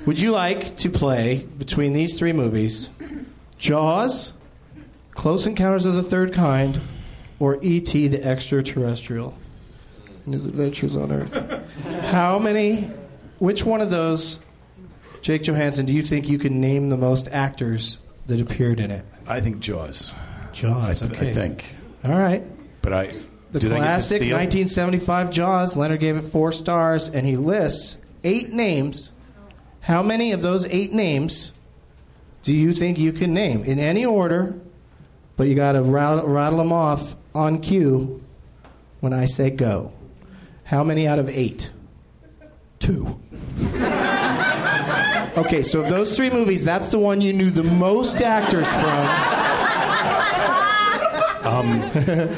S2: Would you like to play between these three movies? Jaws, Close Encounters of the Third Kind, or E.T. the Extraterrestrial and his adventures on Earth. How many, which one of those, Jake Johansson, do you think you can name the most actors that appeared in it?
S5: I think Jaws.
S2: Jaws,
S5: I th- I
S2: okay.
S5: think.
S2: All right.
S5: But I.
S2: The
S5: do
S2: classic
S5: they get to steal?
S2: 1975 Jaws, Leonard gave it four stars, and he lists eight names. How many of those eight names do you think you can name? In any order, but you got to rattle, rattle them off on cue when I say go. How many out of eight?
S5: Two.
S2: Okay, so of those three movies, that's the one you knew the most actors from.
S5: Yeah,
S2: like the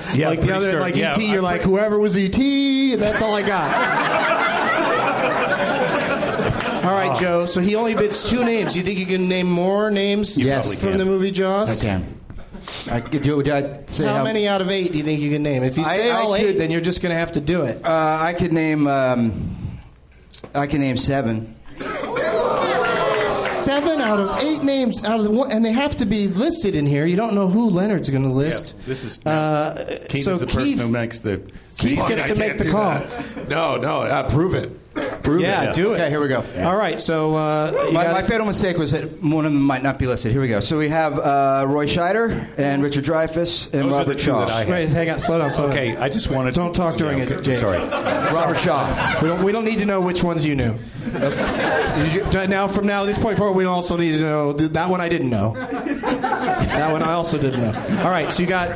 S5: pretty
S2: other,
S5: sure.
S2: like
S5: Yeah,
S2: E.T.,
S5: I-
S2: you're like, whoever was E.T., and that's all I got. all right, Joe, so he only bids two names. You think you can name more names
S3: Yes.
S2: from
S5: probably
S2: the
S5: can.
S2: movie Jaws?
S3: I can. I could do. do I say
S2: How many out of eight do you think you can name? If you
S3: I-
S2: say
S3: I
S2: all eight,
S3: could-
S2: then you're just going to have to do it.
S3: Uh, I could name. Um, I can name seven.
S2: Seven out of eight names out of the one, and they have to be listed in here. You don't know who Leonard's going to list.
S5: Yeah, this is.
S2: Uh,
S5: Keith
S2: so
S5: is the
S2: Keith-
S5: person who makes the.
S2: Keith gets
S4: I
S2: to make
S4: can't
S2: the
S4: do
S2: call.
S4: that. No, no, uh, prove it. Prove
S2: Yeah,
S5: Ah,
S4: it.
S2: do it.
S3: Okay, here we go.
S2: All right, so uh, you
S3: My,
S2: gotta-
S3: my fatal mistake was that one of them might not be listed. Here we go. So we have uh, Roy Scheider and Richard Dreyfuss and
S5: Those are
S3: Robert
S5: the two
S3: Shaw.
S5: that I had.
S2: Wait, hang on, slow down, slow
S5: Okay,
S2: down.
S5: I just wanted.
S2: Don't
S5: to,
S2: talk during
S5: Yeah,
S2: it,
S5: okay,
S2: Jake.
S5: Sorry.
S3: Robert Shaw.
S2: We don't, we don't need to know which ones you knew.
S3: Did you-
S2: Right Now, from now this point forward, we also need to know that one I didn't know. That one I also didn't know. All right, so you got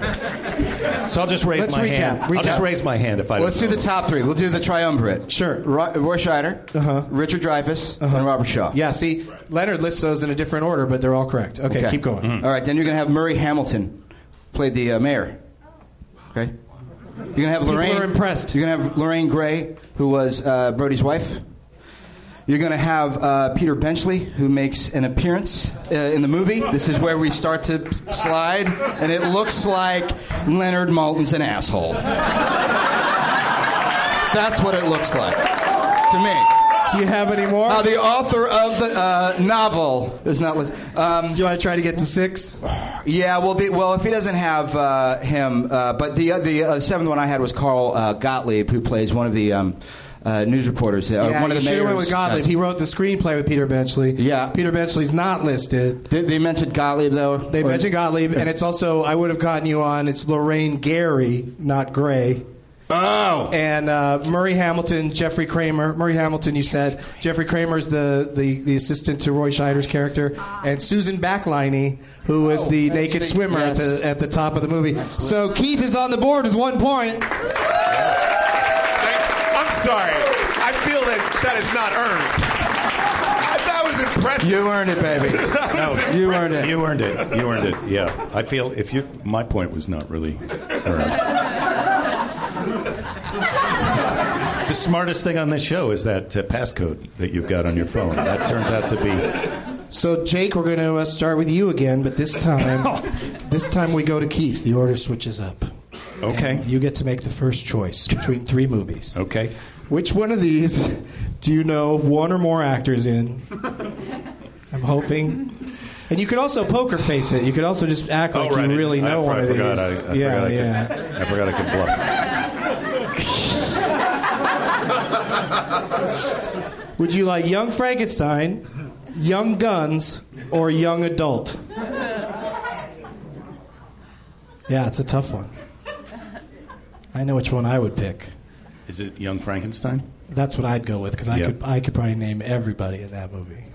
S5: So I'll just raise
S2: Let's
S5: my
S2: recap,
S5: hand. I'll just
S2: recap.
S5: raise my hand if I.
S3: Let's do the top three. We'll do the triumvirate.
S2: Sure.
S3: Roy, Roy Scheider,
S2: Uh-huh.
S3: Richard Dreyfuss, and Robert Shaw.
S2: yeah. See, Leonard lists those in a different order, but they're all correct. Okay, Mm-hmm.
S3: Okay.
S2: keep going.
S3: All right, then you're going to have Murray Hamilton play the uh, mayor. Okay? You're going to have
S2: People
S3: Lorraine.
S2: are impressed.
S3: You're going to have Lorraine Gray, who was uh, Brody's wife. You're going to have uh, Peter Benchley, who makes an appearance uh, in the movie. This is where we start to slide, and it looks like Leonard Maltin's an asshole. That's what it looks like to me.
S2: Do you have any more?
S3: Uh, Mm-hmm. the author of the uh, novel is not listed. Um,
S2: Do you want to try to get to six?
S3: Uh, yeah, well, the, well, if he doesn't have uh, him, uh, but the uh, the uh, seventh one I had was Carl uh, Gottlieb, who plays one of the um, uh, news reporters, uh,
S2: yeah,
S3: one
S2: you
S3: of the
S2: should have
S3: mayors.
S2: went with Gottlieb. He wrote the screenplay with Peter Benchley.
S3: Yeah.
S2: Peter Benchley's not listed.
S3: they, they mentioned Gottlieb though.
S2: They
S3: Or-
S2: mentioned Gottlieb, and it's also I would have gotten you on. It's Lorraine Gary, not Gray,
S5: Oh.
S2: and uh, Murray Hamilton, Jeffrey Kramer. Murray Hamilton, you said Jeffrey Kramer's the, the, the assistant to Roy Scheider's character, and Susan Backliney, who is the
S3: Ah. Oh, that's
S2: naked
S3: the-
S2: swimmer
S3: yes.
S2: at the at the top of the movie. So Keith is on the board with one point.
S4: I'm sorry. I feel that that is not earned. That was impressive.
S3: You earned it, baby.
S4: was
S3: you earned it.
S5: You earned it. You earned it. Yeah. I feel if you, my point was not really earned. The smartest thing on this show is that uh, passcode that you've got on your phone. That turns out to be.
S2: So Jake, we're going to uh, start with you again, but this time, this time we go to Keith. The order switches up.
S5: Okay.
S2: And you get to make the first choice between three movies.
S5: Okay.
S2: Which one of these do you know one or more actors in? I'm hoping. And you could also poker face it. You could also just act like
S5: Oh, right,
S2: you really
S5: I-
S2: know
S5: I
S2: one of
S5: forgot
S2: these.
S5: I- I
S2: yeah,
S5: forgot I could-
S2: yeah.
S5: I forgot I could bluff.
S2: Would you like Young Frankenstein, Young Guns, or Young Adult? Yeah, it's a tough one. I know which one I would pick.
S5: Is it Young Frankenstein?
S2: That's what I'd go with because I
S5: Yep.
S2: could I could probably name everybody in that movie.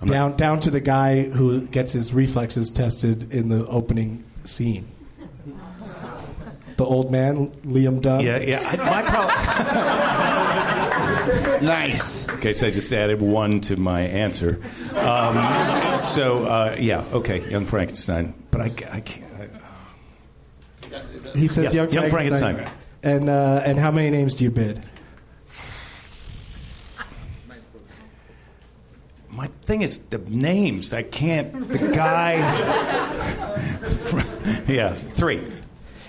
S5: I'm not-
S2: Down down to the guy who gets his reflexes tested in the opening scene. The old man, Liam Dunn.
S5: Yeah, yeah. I, my problem. nice. Okay, so I just added one to my answer. Um, so uh, yeah, okay, Young Frankenstein. But I, ca- I can't. I,
S2: He says
S5: Yeah,
S2: Young,
S5: Young
S2: Frankenstein.
S5: Frankenstein.
S2: And uh, and how many names do you bid?
S5: my thing is the names. I can't. The guy. yeah, three.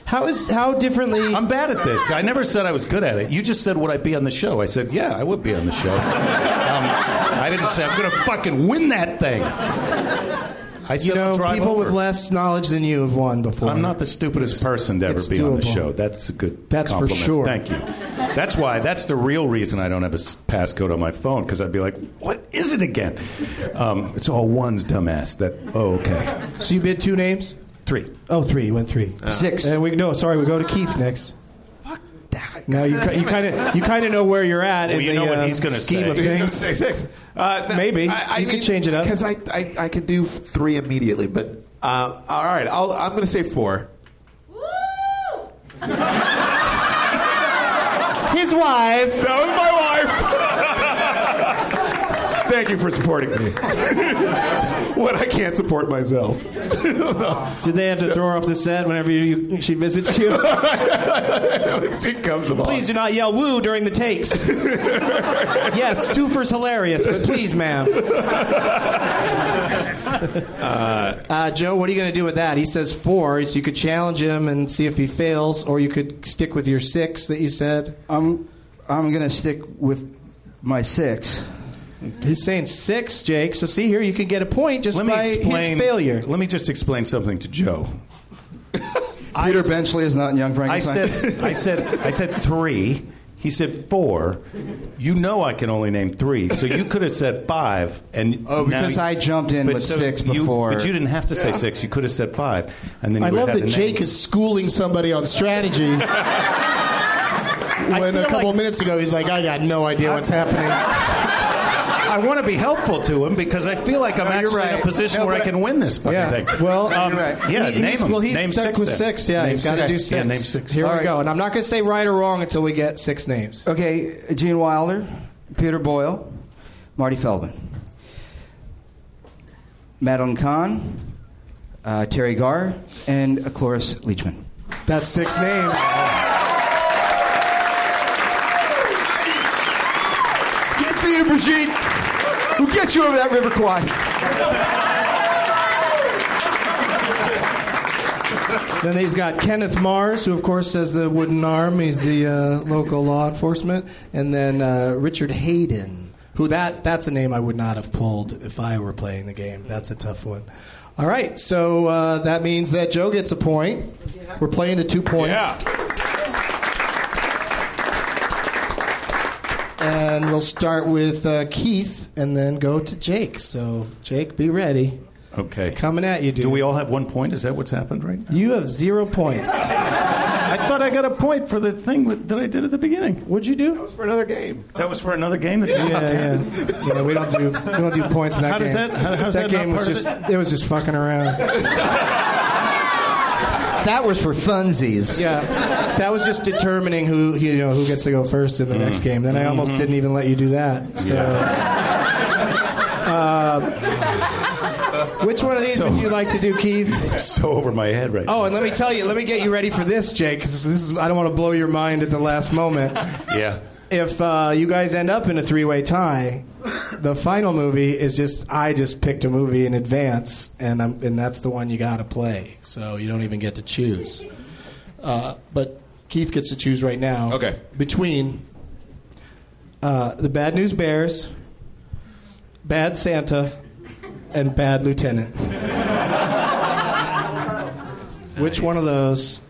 S2: How is how differently?
S5: I'm bad at this. I never said I was good at it. You just said would I be on the show? I said yeah, I would be on the show. Um, I didn't say I'm gonna fucking win that thing. I said
S2: you know,
S5: I'll drive
S2: people with
S5: over.
S2: less knowledge than you have won before.
S5: I'm not the stupidest person to ever
S2: it's
S5: be on the
S2: doable.
S5: show. That's a good
S2: That's for
S5: compliment.
S2: sure.
S5: Thank you. That's why. That's the real reason I don't have a s- passcode on my phone because I'd be like, "What is it again?" Um, it's all ones, dumbass. That oh, okay,
S2: So you bid two names?
S5: three.
S2: Oh, three. You went three.
S5: Uh,
S3: Six.
S2: And we no, sorry, we go to Keith next. Now you ki- you kind of you kind of know where you're at
S5: Well,
S2: in
S5: you
S2: the
S5: know what
S2: uh,
S5: he's gonna
S2: scheme
S5: say.
S2: of
S5: He's
S4: I was gonna
S2: things.
S4: say six. Uh, no,
S2: Maybe.
S4: I, I
S2: You could change it up.
S4: because I, I I could do three immediately. But uh, all right, I'll, I'm going to say four.
S2: His wife.
S4: That was my wife. Thank you for supporting me. when I can't support myself.
S2: Did they have to throw her off the set whenever you, you, she visits you?
S4: she comes along.
S2: please do not yell "woo" during the takes. yes, Toofer's hilarious, but please, ma'am. Uh, Joe, what are you going to do with that? He says four, so you could challenge him and see if he fails, or you could stick with your six that you said.
S3: I'm I'm gonna stick with my six.
S2: He's saying six, Jake. So see here, you can get a point just
S5: Let me
S2: by
S5: explain.
S2: his failure.
S5: Let me just explain something to Joe.
S3: Peter Benchley is not in Young
S5: I
S3: Frankenstein.
S5: said, I said, I said three. He said four. You know I can only name three, so you could have said five. And
S3: Oh, because
S5: now-
S3: I jumped in
S5: But
S3: with
S5: so
S3: six
S5: you-
S3: before.
S5: but you didn't have to say six. You could have said five, and then you
S2: I
S5: would
S2: love
S5: have
S2: that
S5: had a
S2: Jake
S5: name.
S2: is schooling somebody on strategy. when a
S5: feel
S2: couple
S5: like-
S2: minutes ago he's like, I got no idea what's happening.
S5: I want to be helpful to him because I feel like I'm
S3: you're
S5: actually in a
S3: right.
S5: position
S3: No,
S5: where I
S3: but I-
S5: can win this fucking
S2: Yeah.
S5: thing.
S2: Well,
S5: Um,
S3: You're right.
S5: yeah,
S2: He-
S5: name
S2: he's,
S5: him.
S2: Well, he's
S5: name
S2: stuck
S5: six
S2: with
S5: then.
S2: six. Yeah,
S5: Name
S2: he's got to do six.
S5: Yeah, name six.
S2: Here
S3: All
S2: we
S3: right.
S2: go. And I'm not going to say right or wrong until we get six names.
S3: Okay, Gene Wilder, Peter Boyle, Marty Feldman, Madeline Kahn, uh, Terry Garr, and uh, Cloris Leachman.
S2: That's six names.
S3: Get for you, Brigitte. We'll get you over that river quad.
S2: Then he's got Kenneth Mars, who of course says the wooden arm. He's the uh, local law enforcement, and then uh, Richard Hayden, who that that's a name I would not have pulled if I were playing the game. That's a tough one. All right, so uh, that means that Joe gets a point. We're playing to two points,
S4: Yeah.
S2: and we'll start with uh, Keith, and then go to Jake. So Jake, be ready.
S5: Okay.
S2: It's coming at you, dude.
S5: Do we all have one point? Is that what's happened right now?
S2: You have zero points.
S5: I thought I got a point for the thing with, that I did at the beginning.
S2: What'd you do?
S4: For another game.
S5: That was for another game. That
S2: Yeah, yeah, yeah. We don't do we don't do points in that
S5: How
S2: game.
S5: does that- how- how's that not
S2: game was
S5: part of
S2: just it? was just fucking around.
S3: That was for funsies.
S2: Yeah, that was just determining who you know who gets to go first in the next game. Then I almost didn't even let you do that. So. Uh, which one of these
S5: So-
S2: would you like to do, Keith?
S5: I'm so over my head right
S2: Oh, and let me tell you, let me get you ready for this, Jake, because this is I don't want to blow your mind at the last moment.
S5: now. Yeah.
S2: if uh, you guys end up in a three-way tie, the final movie is just I just picked a movie in advance, and I'm, and that's the one you got to play. So you don't even get to choose. Uh, but Keith gets to choose right now.
S4: Okay.
S2: Between uh, the Bad News Bears, Bad Santa, and Bad Lieutenant. Which one of those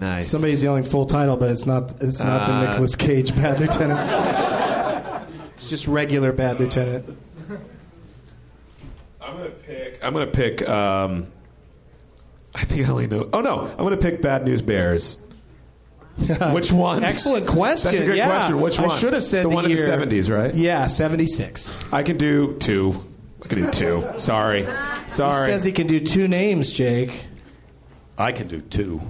S6: Nice.
S2: Somebody's yelling full title, but it's not. It's not the
S6: Ah.
S2: Nicolas Cage Bad Lieutenant. it's just regular Bad Lieutenant.
S4: I'm gonna pick. I'm gonna pick. Um, I think I only know. Oh no, I'm gonna pick Bad News Bears. Which one?
S2: Excellent question.
S4: That's a good
S2: yeah.
S4: question. Which one?
S2: I should have said
S4: the
S2: the
S4: one
S2: year.
S4: in the 70s, right?
S2: Yeah, seventy-six.
S4: I can do two. I can do two. Sorry,
S2: He
S4: sorry.
S2: says he can do two names, Jake.
S5: I can do two.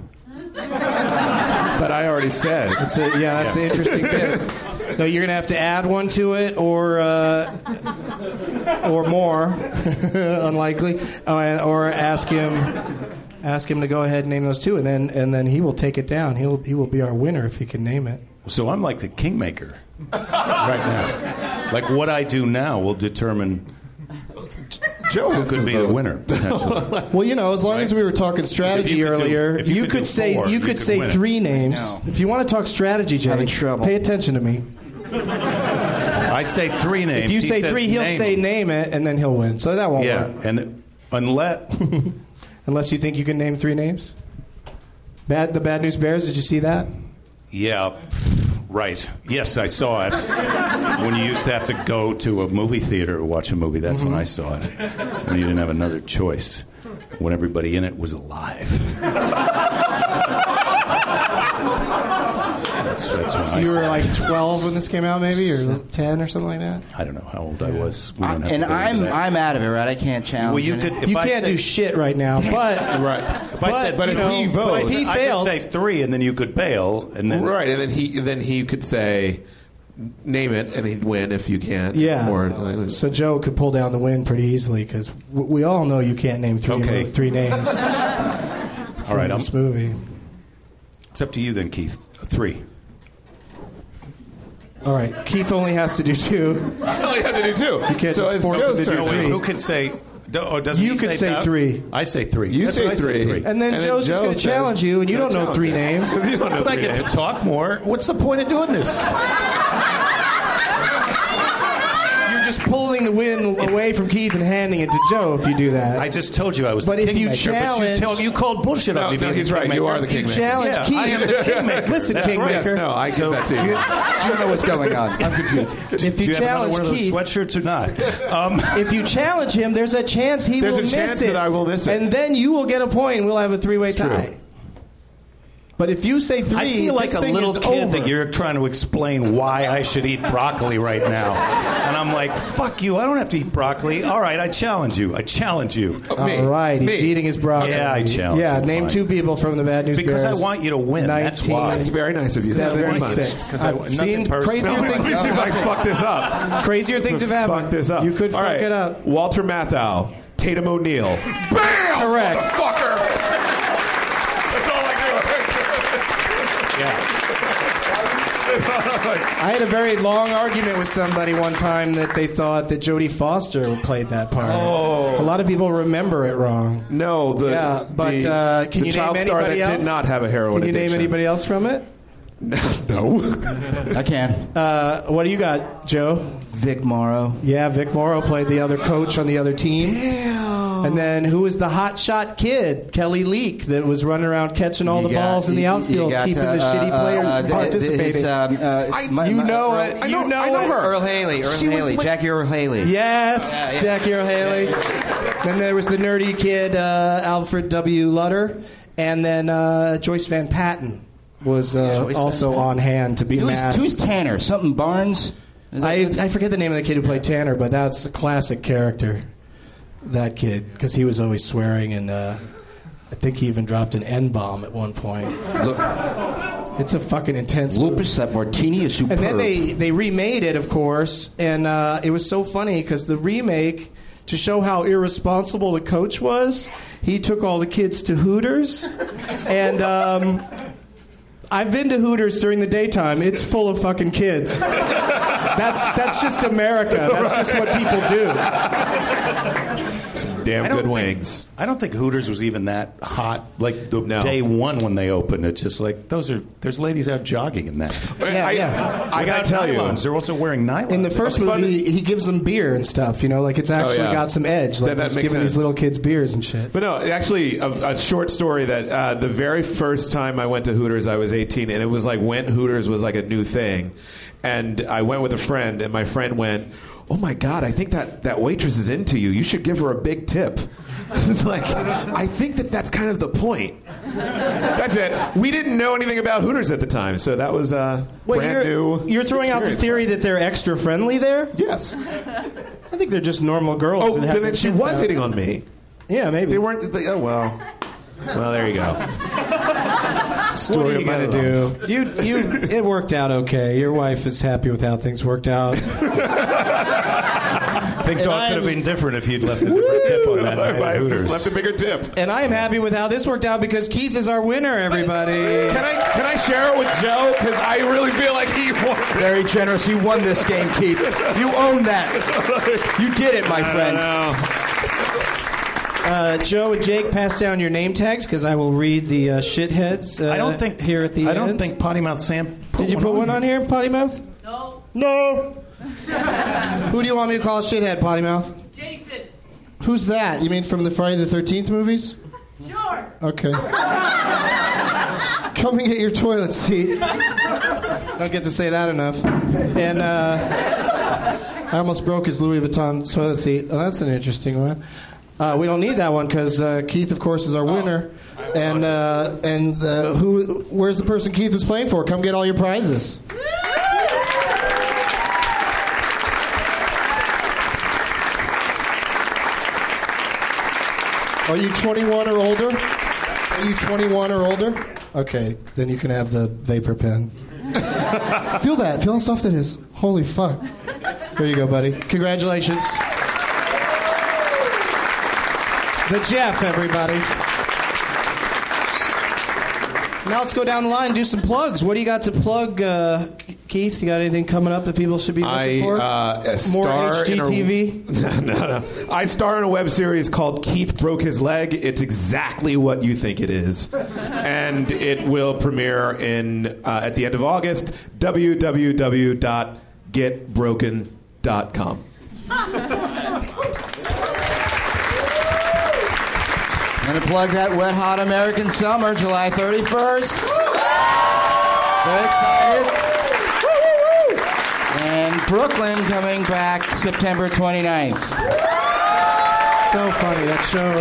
S4: but I already said.
S2: That's a, yeah, that's an interesting bit. No, you're gonna have to add one to it, or uh, or more, unlikely, uh, or ask him ask him to go ahead and name those two, and then and then he will take it down. He'll he will be our winner if he can name it.
S5: So I'm like the kingmaker right now. Like what I do now will determine
S4: Joe
S5: who could be the winner potentially.
S2: Well, you know, as long as we were talking strategy
S5: you could do-
S2: earlier,
S5: if
S2: you,
S5: you
S2: could,
S5: could do
S2: say
S5: four,
S2: you,
S5: you
S2: could,
S5: could
S2: say
S5: win it.
S2: three names.
S3: know.
S2: If you want to talk strategy, Jake,
S3: Having trouble.
S2: pay attention to me.
S5: I say three names.
S2: If you
S5: he
S2: say
S5: says
S2: three, he'll
S5: name
S2: say
S5: them.
S2: name it, and then he'll win. So that won't
S5: Yeah,
S2: work.
S5: and unless
S2: Unless you think you can name three names. Bad, the Bad News Bears. Did you see that?
S5: yeah, right. Yes, I saw it. When you used to have to go to a movie theater to watch a movie, that's
S2: Mm-hmm.
S5: when I saw it. When you didn't have another choice. When everybody in it was alive. that's that's when
S2: So
S5: I
S2: you were
S5: saw
S2: like
S5: it.
S2: 12 when this came out, maybe, or 10 or something like that.
S5: I don't know how old I was. We don't have
S3: and
S5: to go into
S3: I'm
S5: that.
S3: I'm out of it, right? I can't challenge.
S5: Well, you
S3: any-
S5: could. If
S2: You
S5: I
S2: can't
S5: say-
S2: do shit right now, but
S4: Right.
S5: If I said,
S4: but
S2: you
S4: if
S2: know,
S4: he
S2: but
S5: But I
S4: votes,
S5: said-
S2: he
S5: I could
S2: fails,
S5: say three, and then you could bail, and then
S4: right, and then he then he could say, name it, and he'd win if you can.
S2: yeah. Oh,
S4: Or,
S2: so Joe could pull down the win pretty easily because w- we all know you can't name three
S5: Okay.
S2: mo- three names.
S5: All right, I'm,
S2: this movie.
S5: it's up to you then, Keith. Three.
S2: All right, Keith only has to do two.
S4: all he has to do two. You
S2: can't
S4: so
S2: just
S4: it's
S2: force him
S4: Joe's
S2: to do
S4: turn.
S2: three.
S5: Who can say? do- Or doesn't
S2: You
S5: he
S2: could say
S5: that?
S2: three.
S5: I say three.
S4: You
S5: That's
S4: say
S5: what I
S4: three.
S2: And then
S4: And then
S2: Joe's just
S4: Joe
S2: going to
S4: says-
S2: challenge you, and you
S4: Joe
S2: don't know
S4: challenged
S2: three
S4: him.
S2: names.
S4: You don't know
S5: But I
S4: three
S5: get to
S4: names.
S5: talk more. What's the point of doing this?
S2: You're just pulling the win away from Keith and handing it to Joe if you do that.
S5: I just told you I was.
S2: But
S5: the
S2: if you
S5: kingmaker, But
S2: challenge-
S5: you, tell, you called bullshit
S4: No,
S5: on me.
S4: no,
S5: being
S4: he's
S5: the
S4: right. You
S5: kingmaker.
S4: are the kingmaker.
S2: challenge
S5: Yeah,
S2: Keith.
S5: I am the kingmaker.
S2: Listen,
S5: That's right.
S2: kingmaker.
S4: Yes, no, I give that to you.
S3: Do you know what's going on? I'm confused.
S2: if
S5: Do
S2: you,
S5: you have another
S2: challenge
S5: one of those
S2: Keith,
S5: sweatshirts or not? Um,
S2: if you challenge him, there's a chance he
S4: There's
S2: will
S4: a
S2: miss
S4: chance
S2: it.
S4: that I will miss it.
S2: And then you will get a point. and We'll have a three-way tie. But if you say three,
S5: I feel like
S2: this
S5: a
S2: thing
S5: little
S2: is
S5: kid
S2: over.
S5: that you're trying to explain why I should eat broccoli right now. And I'm like, fuck you, I don't have to eat broccoli. All right, I challenge you. I challenge you.
S4: Oh, Me.
S2: All right, he's
S4: Me.
S2: eating his broccoli.
S5: Yeah, I challenge
S2: Yeah,
S5: him.
S2: name
S5: Fine.
S2: two people from the Bad News
S5: Because I
S2: Bears.
S5: want you to win, that's why.
S4: That's very nice of you. Thank you very much.
S2: 76.
S5: Because I
S2: I've
S5: want nothing
S2: seen
S5: personal.
S2: crazier
S4: No, let
S2: things.
S4: me see if I
S2: happen.
S4: can fuck this up.
S2: Crazier things have happened.
S4: Fuck this up.
S2: You could
S4: All
S2: fuck
S4: right.
S2: it up.
S4: Walter Matthau, Tatum O'Neill. Bam!
S2: Correct.
S4: Motherfucker! That's all I
S2: I had a very long argument with somebody one time that they thought that Jodie Foster played that part. Oh. A lot of people remember it wrong.
S4: do. no, the
S2: Yeah, but
S4: the,
S2: uh, can
S4: the
S2: you
S4: child
S2: name
S4: star
S2: anybody
S4: that
S2: else?
S4: did not have a heroin
S2: Can you
S4: addiction.
S2: name anybody else from it?
S4: no.
S3: I can.
S2: Uh, what do you got, Joe?
S3: Vic Morrow.
S2: Yeah, Vic Morrow played the other coach on the other team. And then who was the hot shot kid? Kelly Leak that was running around catching all
S3: You
S2: the
S3: got-
S2: balls in the
S3: you- you
S2: outfield,
S3: got,
S2: keeping the
S3: uh,
S2: shitty
S3: uh,
S2: players
S3: uh,
S2: from
S3: the- the-
S2: participating.
S3: his, um, uh, my-
S2: you
S3: my-
S2: know
S3: Earl-
S2: it.
S3: I
S2: You
S3: know,
S2: know
S3: I know
S2: it.
S3: her. Earl Haley. Earl
S2: She was
S3: Haley.
S2: with-
S3: Jackie Earl Haley.
S2: Yes,
S3: Yeah, yeah.
S2: Jackie Earl Haley. Then there was the nerdy kid uh, Alfred W. Lutter, and then uh, Joyce Van Patten was uh,
S3: Joyce Van
S2: also
S3: Patten.
S2: on hand to be
S3: Who's,
S2: mad.
S3: who's Tanner? Something Barnes. Is that-
S2: I, I forget the name of the kid who played Tanner, but that's a classic character. That kid, because he was always swearing, and uh, I think he even dropped an N bomb at one point. It's a fucking intense. movie.
S3: Lupus. That martini is superb.
S2: And then they, they remade it, of course, and uh, it was so funny because the remake, to show how irresponsible the coach was, he took all the kids to Hooters, and um, I've been to Hooters during the daytime. It's full of fucking kids. That's that's just America. That's just what people do. It's
S4: damn
S5: I don't
S4: good
S5: think-
S4: wings.
S5: I don't think Hooters was even that hot. Like the
S4: No.
S5: day one when they opened, it's just like those are there's ladies out jogging in that.
S4: I,
S2: yeah.
S4: I
S5: Without
S4: gotta tell
S5: nylons,
S4: you.
S5: they're also wearing nylon.
S2: In the first movie, he gives them beer and stuff. You know, like it's actually
S4: Oh, yeah.
S2: got some edge. Like
S4: That- that
S2: he's
S4: makes
S2: giving these
S4: sense.
S2: little kids beers and shit.
S4: But no, actually, a, a short story that uh, the very first time I went to Hooters, I was 18, and it was like when Hooters was like a new thing. And I went with a friend, and my friend went, Oh my God, I think that, that waitress is into you. You should give her a big tip. it's like, I think that that's kind of the point. That's it. We didn't know anything about Hooters at the time, so that was uh,
S6: Wait,
S4: brand
S6: you're,
S4: new.
S6: you're throwing out the
S4: experience.
S6: theory that they're extra friendly there?
S4: Yes.
S6: I think they're just normal girls.
S4: Oh,
S6: that have
S4: but then
S6: their
S4: she
S6: tits
S4: was
S6: out.
S4: hitting on me.
S6: Yeah, maybe.
S4: They weren't. They, oh well. Well, there you go. Story
S6: What are you
S4: of my
S6: gonna
S4: life.
S6: do?
S2: You, you, it worked out okay. Your wife is happy with how things worked out.
S5: things all
S2: I
S5: could have
S2: am-
S5: been different if you'd left a different tip on that night
S4: I
S5: at
S4: just
S5: Hooters.
S4: left a bigger tip.
S2: And I am happy with how this worked out because Keith is our winner, everybody.
S4: Can I can I share it with Joe? Because I really feel like he won.
S6: Very generous. You won this game, Keith. You own that. You did it, my
S2: Uh, Joe and Jake, pass down your name tags because I will read the uh, shitheads. Uh,
S5: I don't think
S2: here at the
S5: I
S2: end.
S5: don't think Potty Mouth Sam.
S2: Did you put one on here, potty mouth?
S7: No,
S2: No. Who do you want me to call a shithead, potty mouth?
S7: Jason.
S2: Who's that? You mean from the Friday the Thirteenth movies?
S7: Sure.
S2: Okay. Coming at your toilet seat. Don't get to say that enough. And uh, I almost broke his Louis Vuitton toilet seat. Oh, that's an interesting one. Uh, we don't need that one because uh, Keith, of course, is our winner.
S7: Oh.
S2: And uh, and uh, who? Where's the person Keith was playing for? Come get all your prizes. Are you 21 or older? Are you 21 or older? Okay, then you can have the vapor pen. feel that. Feel how soft it is. Holy fuck. There you go, buddy. Congratulations. The Jeff, everybody. Now let's go down the line and do some plugs. What do you got to plug, uh, Keith? You got anything coming up that people should be looking
S4: I
S2: for?
S4: uh, a
S2: More
S4: star
S2: HGTV?
S4: In a, no, no, no. I star in a web series called Keith Broke His Leg. It's exactly what you think it is, and it will premiere in uh, at the end of August. www.getbroken.com.
S3: I'm going to plug that Wet Hot American Summer, July 31st. Very excited. And Brooklyn coming back September 29th.
S2: So funny that show.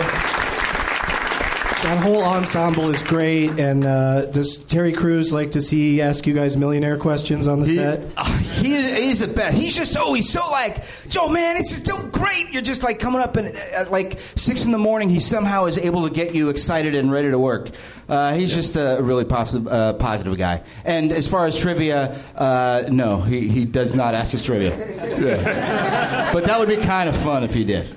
S2: That whole ensemble is great. And uh, does Terry Crews like? Does he ask you guys millionaire questions on the
S3: He,
S2: set?
S3: uh, he is, he's the best. He's just always so like, Joe, man, this is so great. You're just like coming up and at like six in the morning, he somehow is able to get you excited and ready to work. Uh, he's just a really positive, uh, positive guy. And as far as trivia, uh, no, he, he does not ask us trivia. but that would be kind of fun if he did.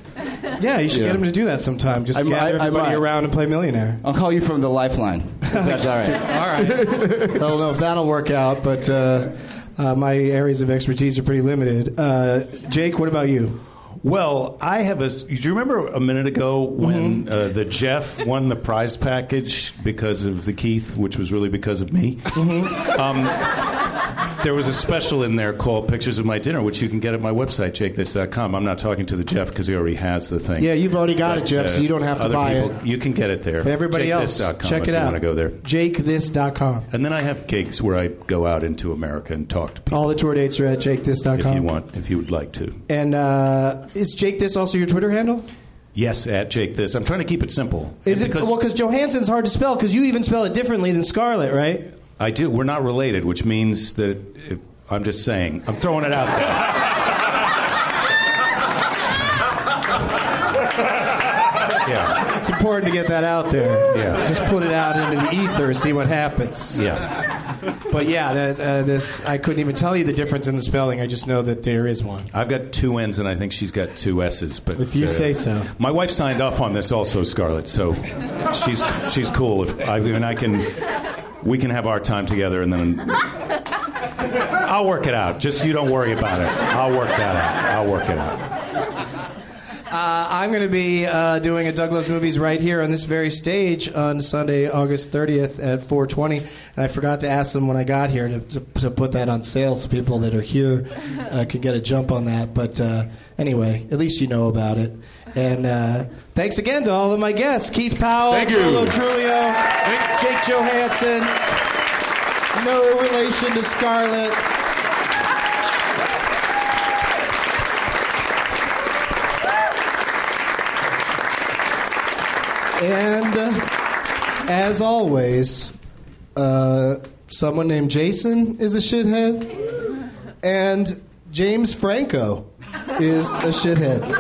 S2: Yeah, you should
S3: Yeah.
S2: get him to do that sometime. Just
S3: I'm-
S2: gather
S3: I- I'm
S2: everybody
S3: right.
S2: around and play millionaire.
S3: I'll call you from the lifeline. If that's all right.
S2: All right. I don't know if that'll work out, but uh, uh, my areas of expertise are pretty limited. Uh, Jake, what about you?
S5: Well, I have a. s- Do you remember a minute ago
S2: Mm-hmm.
S5: when uh, the Jeff won the prize package because of the Keith, which was really because of me?
S2: Mm-hmm.
S5: Um, there was a special in there called Pictures of My Dinner, which you can get at my website, jakethis.com. I'm not talking to the Jeff because he already has the thing.
S2: Yeah, you've already got
S5: But,
S2: it, Jeff, so
S5: uh,
S2: you don't have to
S5: other
S2: buy
S5: people-
S2: it.
S5: You can get it there.
S2: Everybody else,
S5: jakethis.com
S2: check
S5: if
S2: it
S5: you
S2: out.
S5: want to go there.
S2: JakeThis.com.
S5: And then I have gigs where I go out into America and talk to people
S2: All the tour dates are at JakeThis.com.
S5: if you want, if you would like to.
S2: And uh, is Jake This also your Twitter handle?
S5: Yes, at Jake This. I'm trying to keep it simple.
S2: Is
S5: And
S2: it well because Johansson's hard to spell because you even spell it differently than Scarlet, right?
S5: I do. We're not related, which means that if, I'm just saying. I'm throwing it out there. yeah,
S2: It's important to get that out there.
S5: Yeah.
S2: Just put it out into the ether, see what happens.
S5: yeah.
S2: But yeah, that, uh, this I couldn't even tell you the difference in the spelling. I just know that there is one.
S5: I've got two N's, and I think she's got two S's. But uh,
S2: If you say so.
S5: my wife signed off on this also, Scarlett. So she's she's cool. If I, and I can, we can have our time together, and then I'll work it out. Just you don't worry about it. I'll work that out. I'll work it out.
S2: Uh, I'm going to be uh, doing a Doug Loves Movies right here on this very stage on Sunday, August 30th at 4:20. And I forgot to ask them when I got here to, to, to put that on sale so people that are here uh, can get a jump on that. But uh, anyway, at least you know about it. And uh, thanks again to all of my guests: Keith Powell,
S4: Thank you.
S2: Carlo Trulio, Jake Johansson. No relation to Scarlett. And uh, as always, uh, someone named Jason is a shithead, and James Franco is a shithead.
S1: Now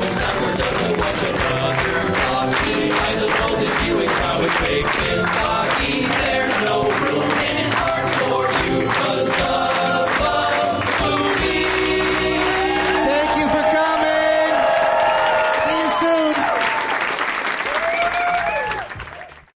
S1: it's time for Doug to watch another hockey. Eyes of bold as you and Comic Bacon Hockey.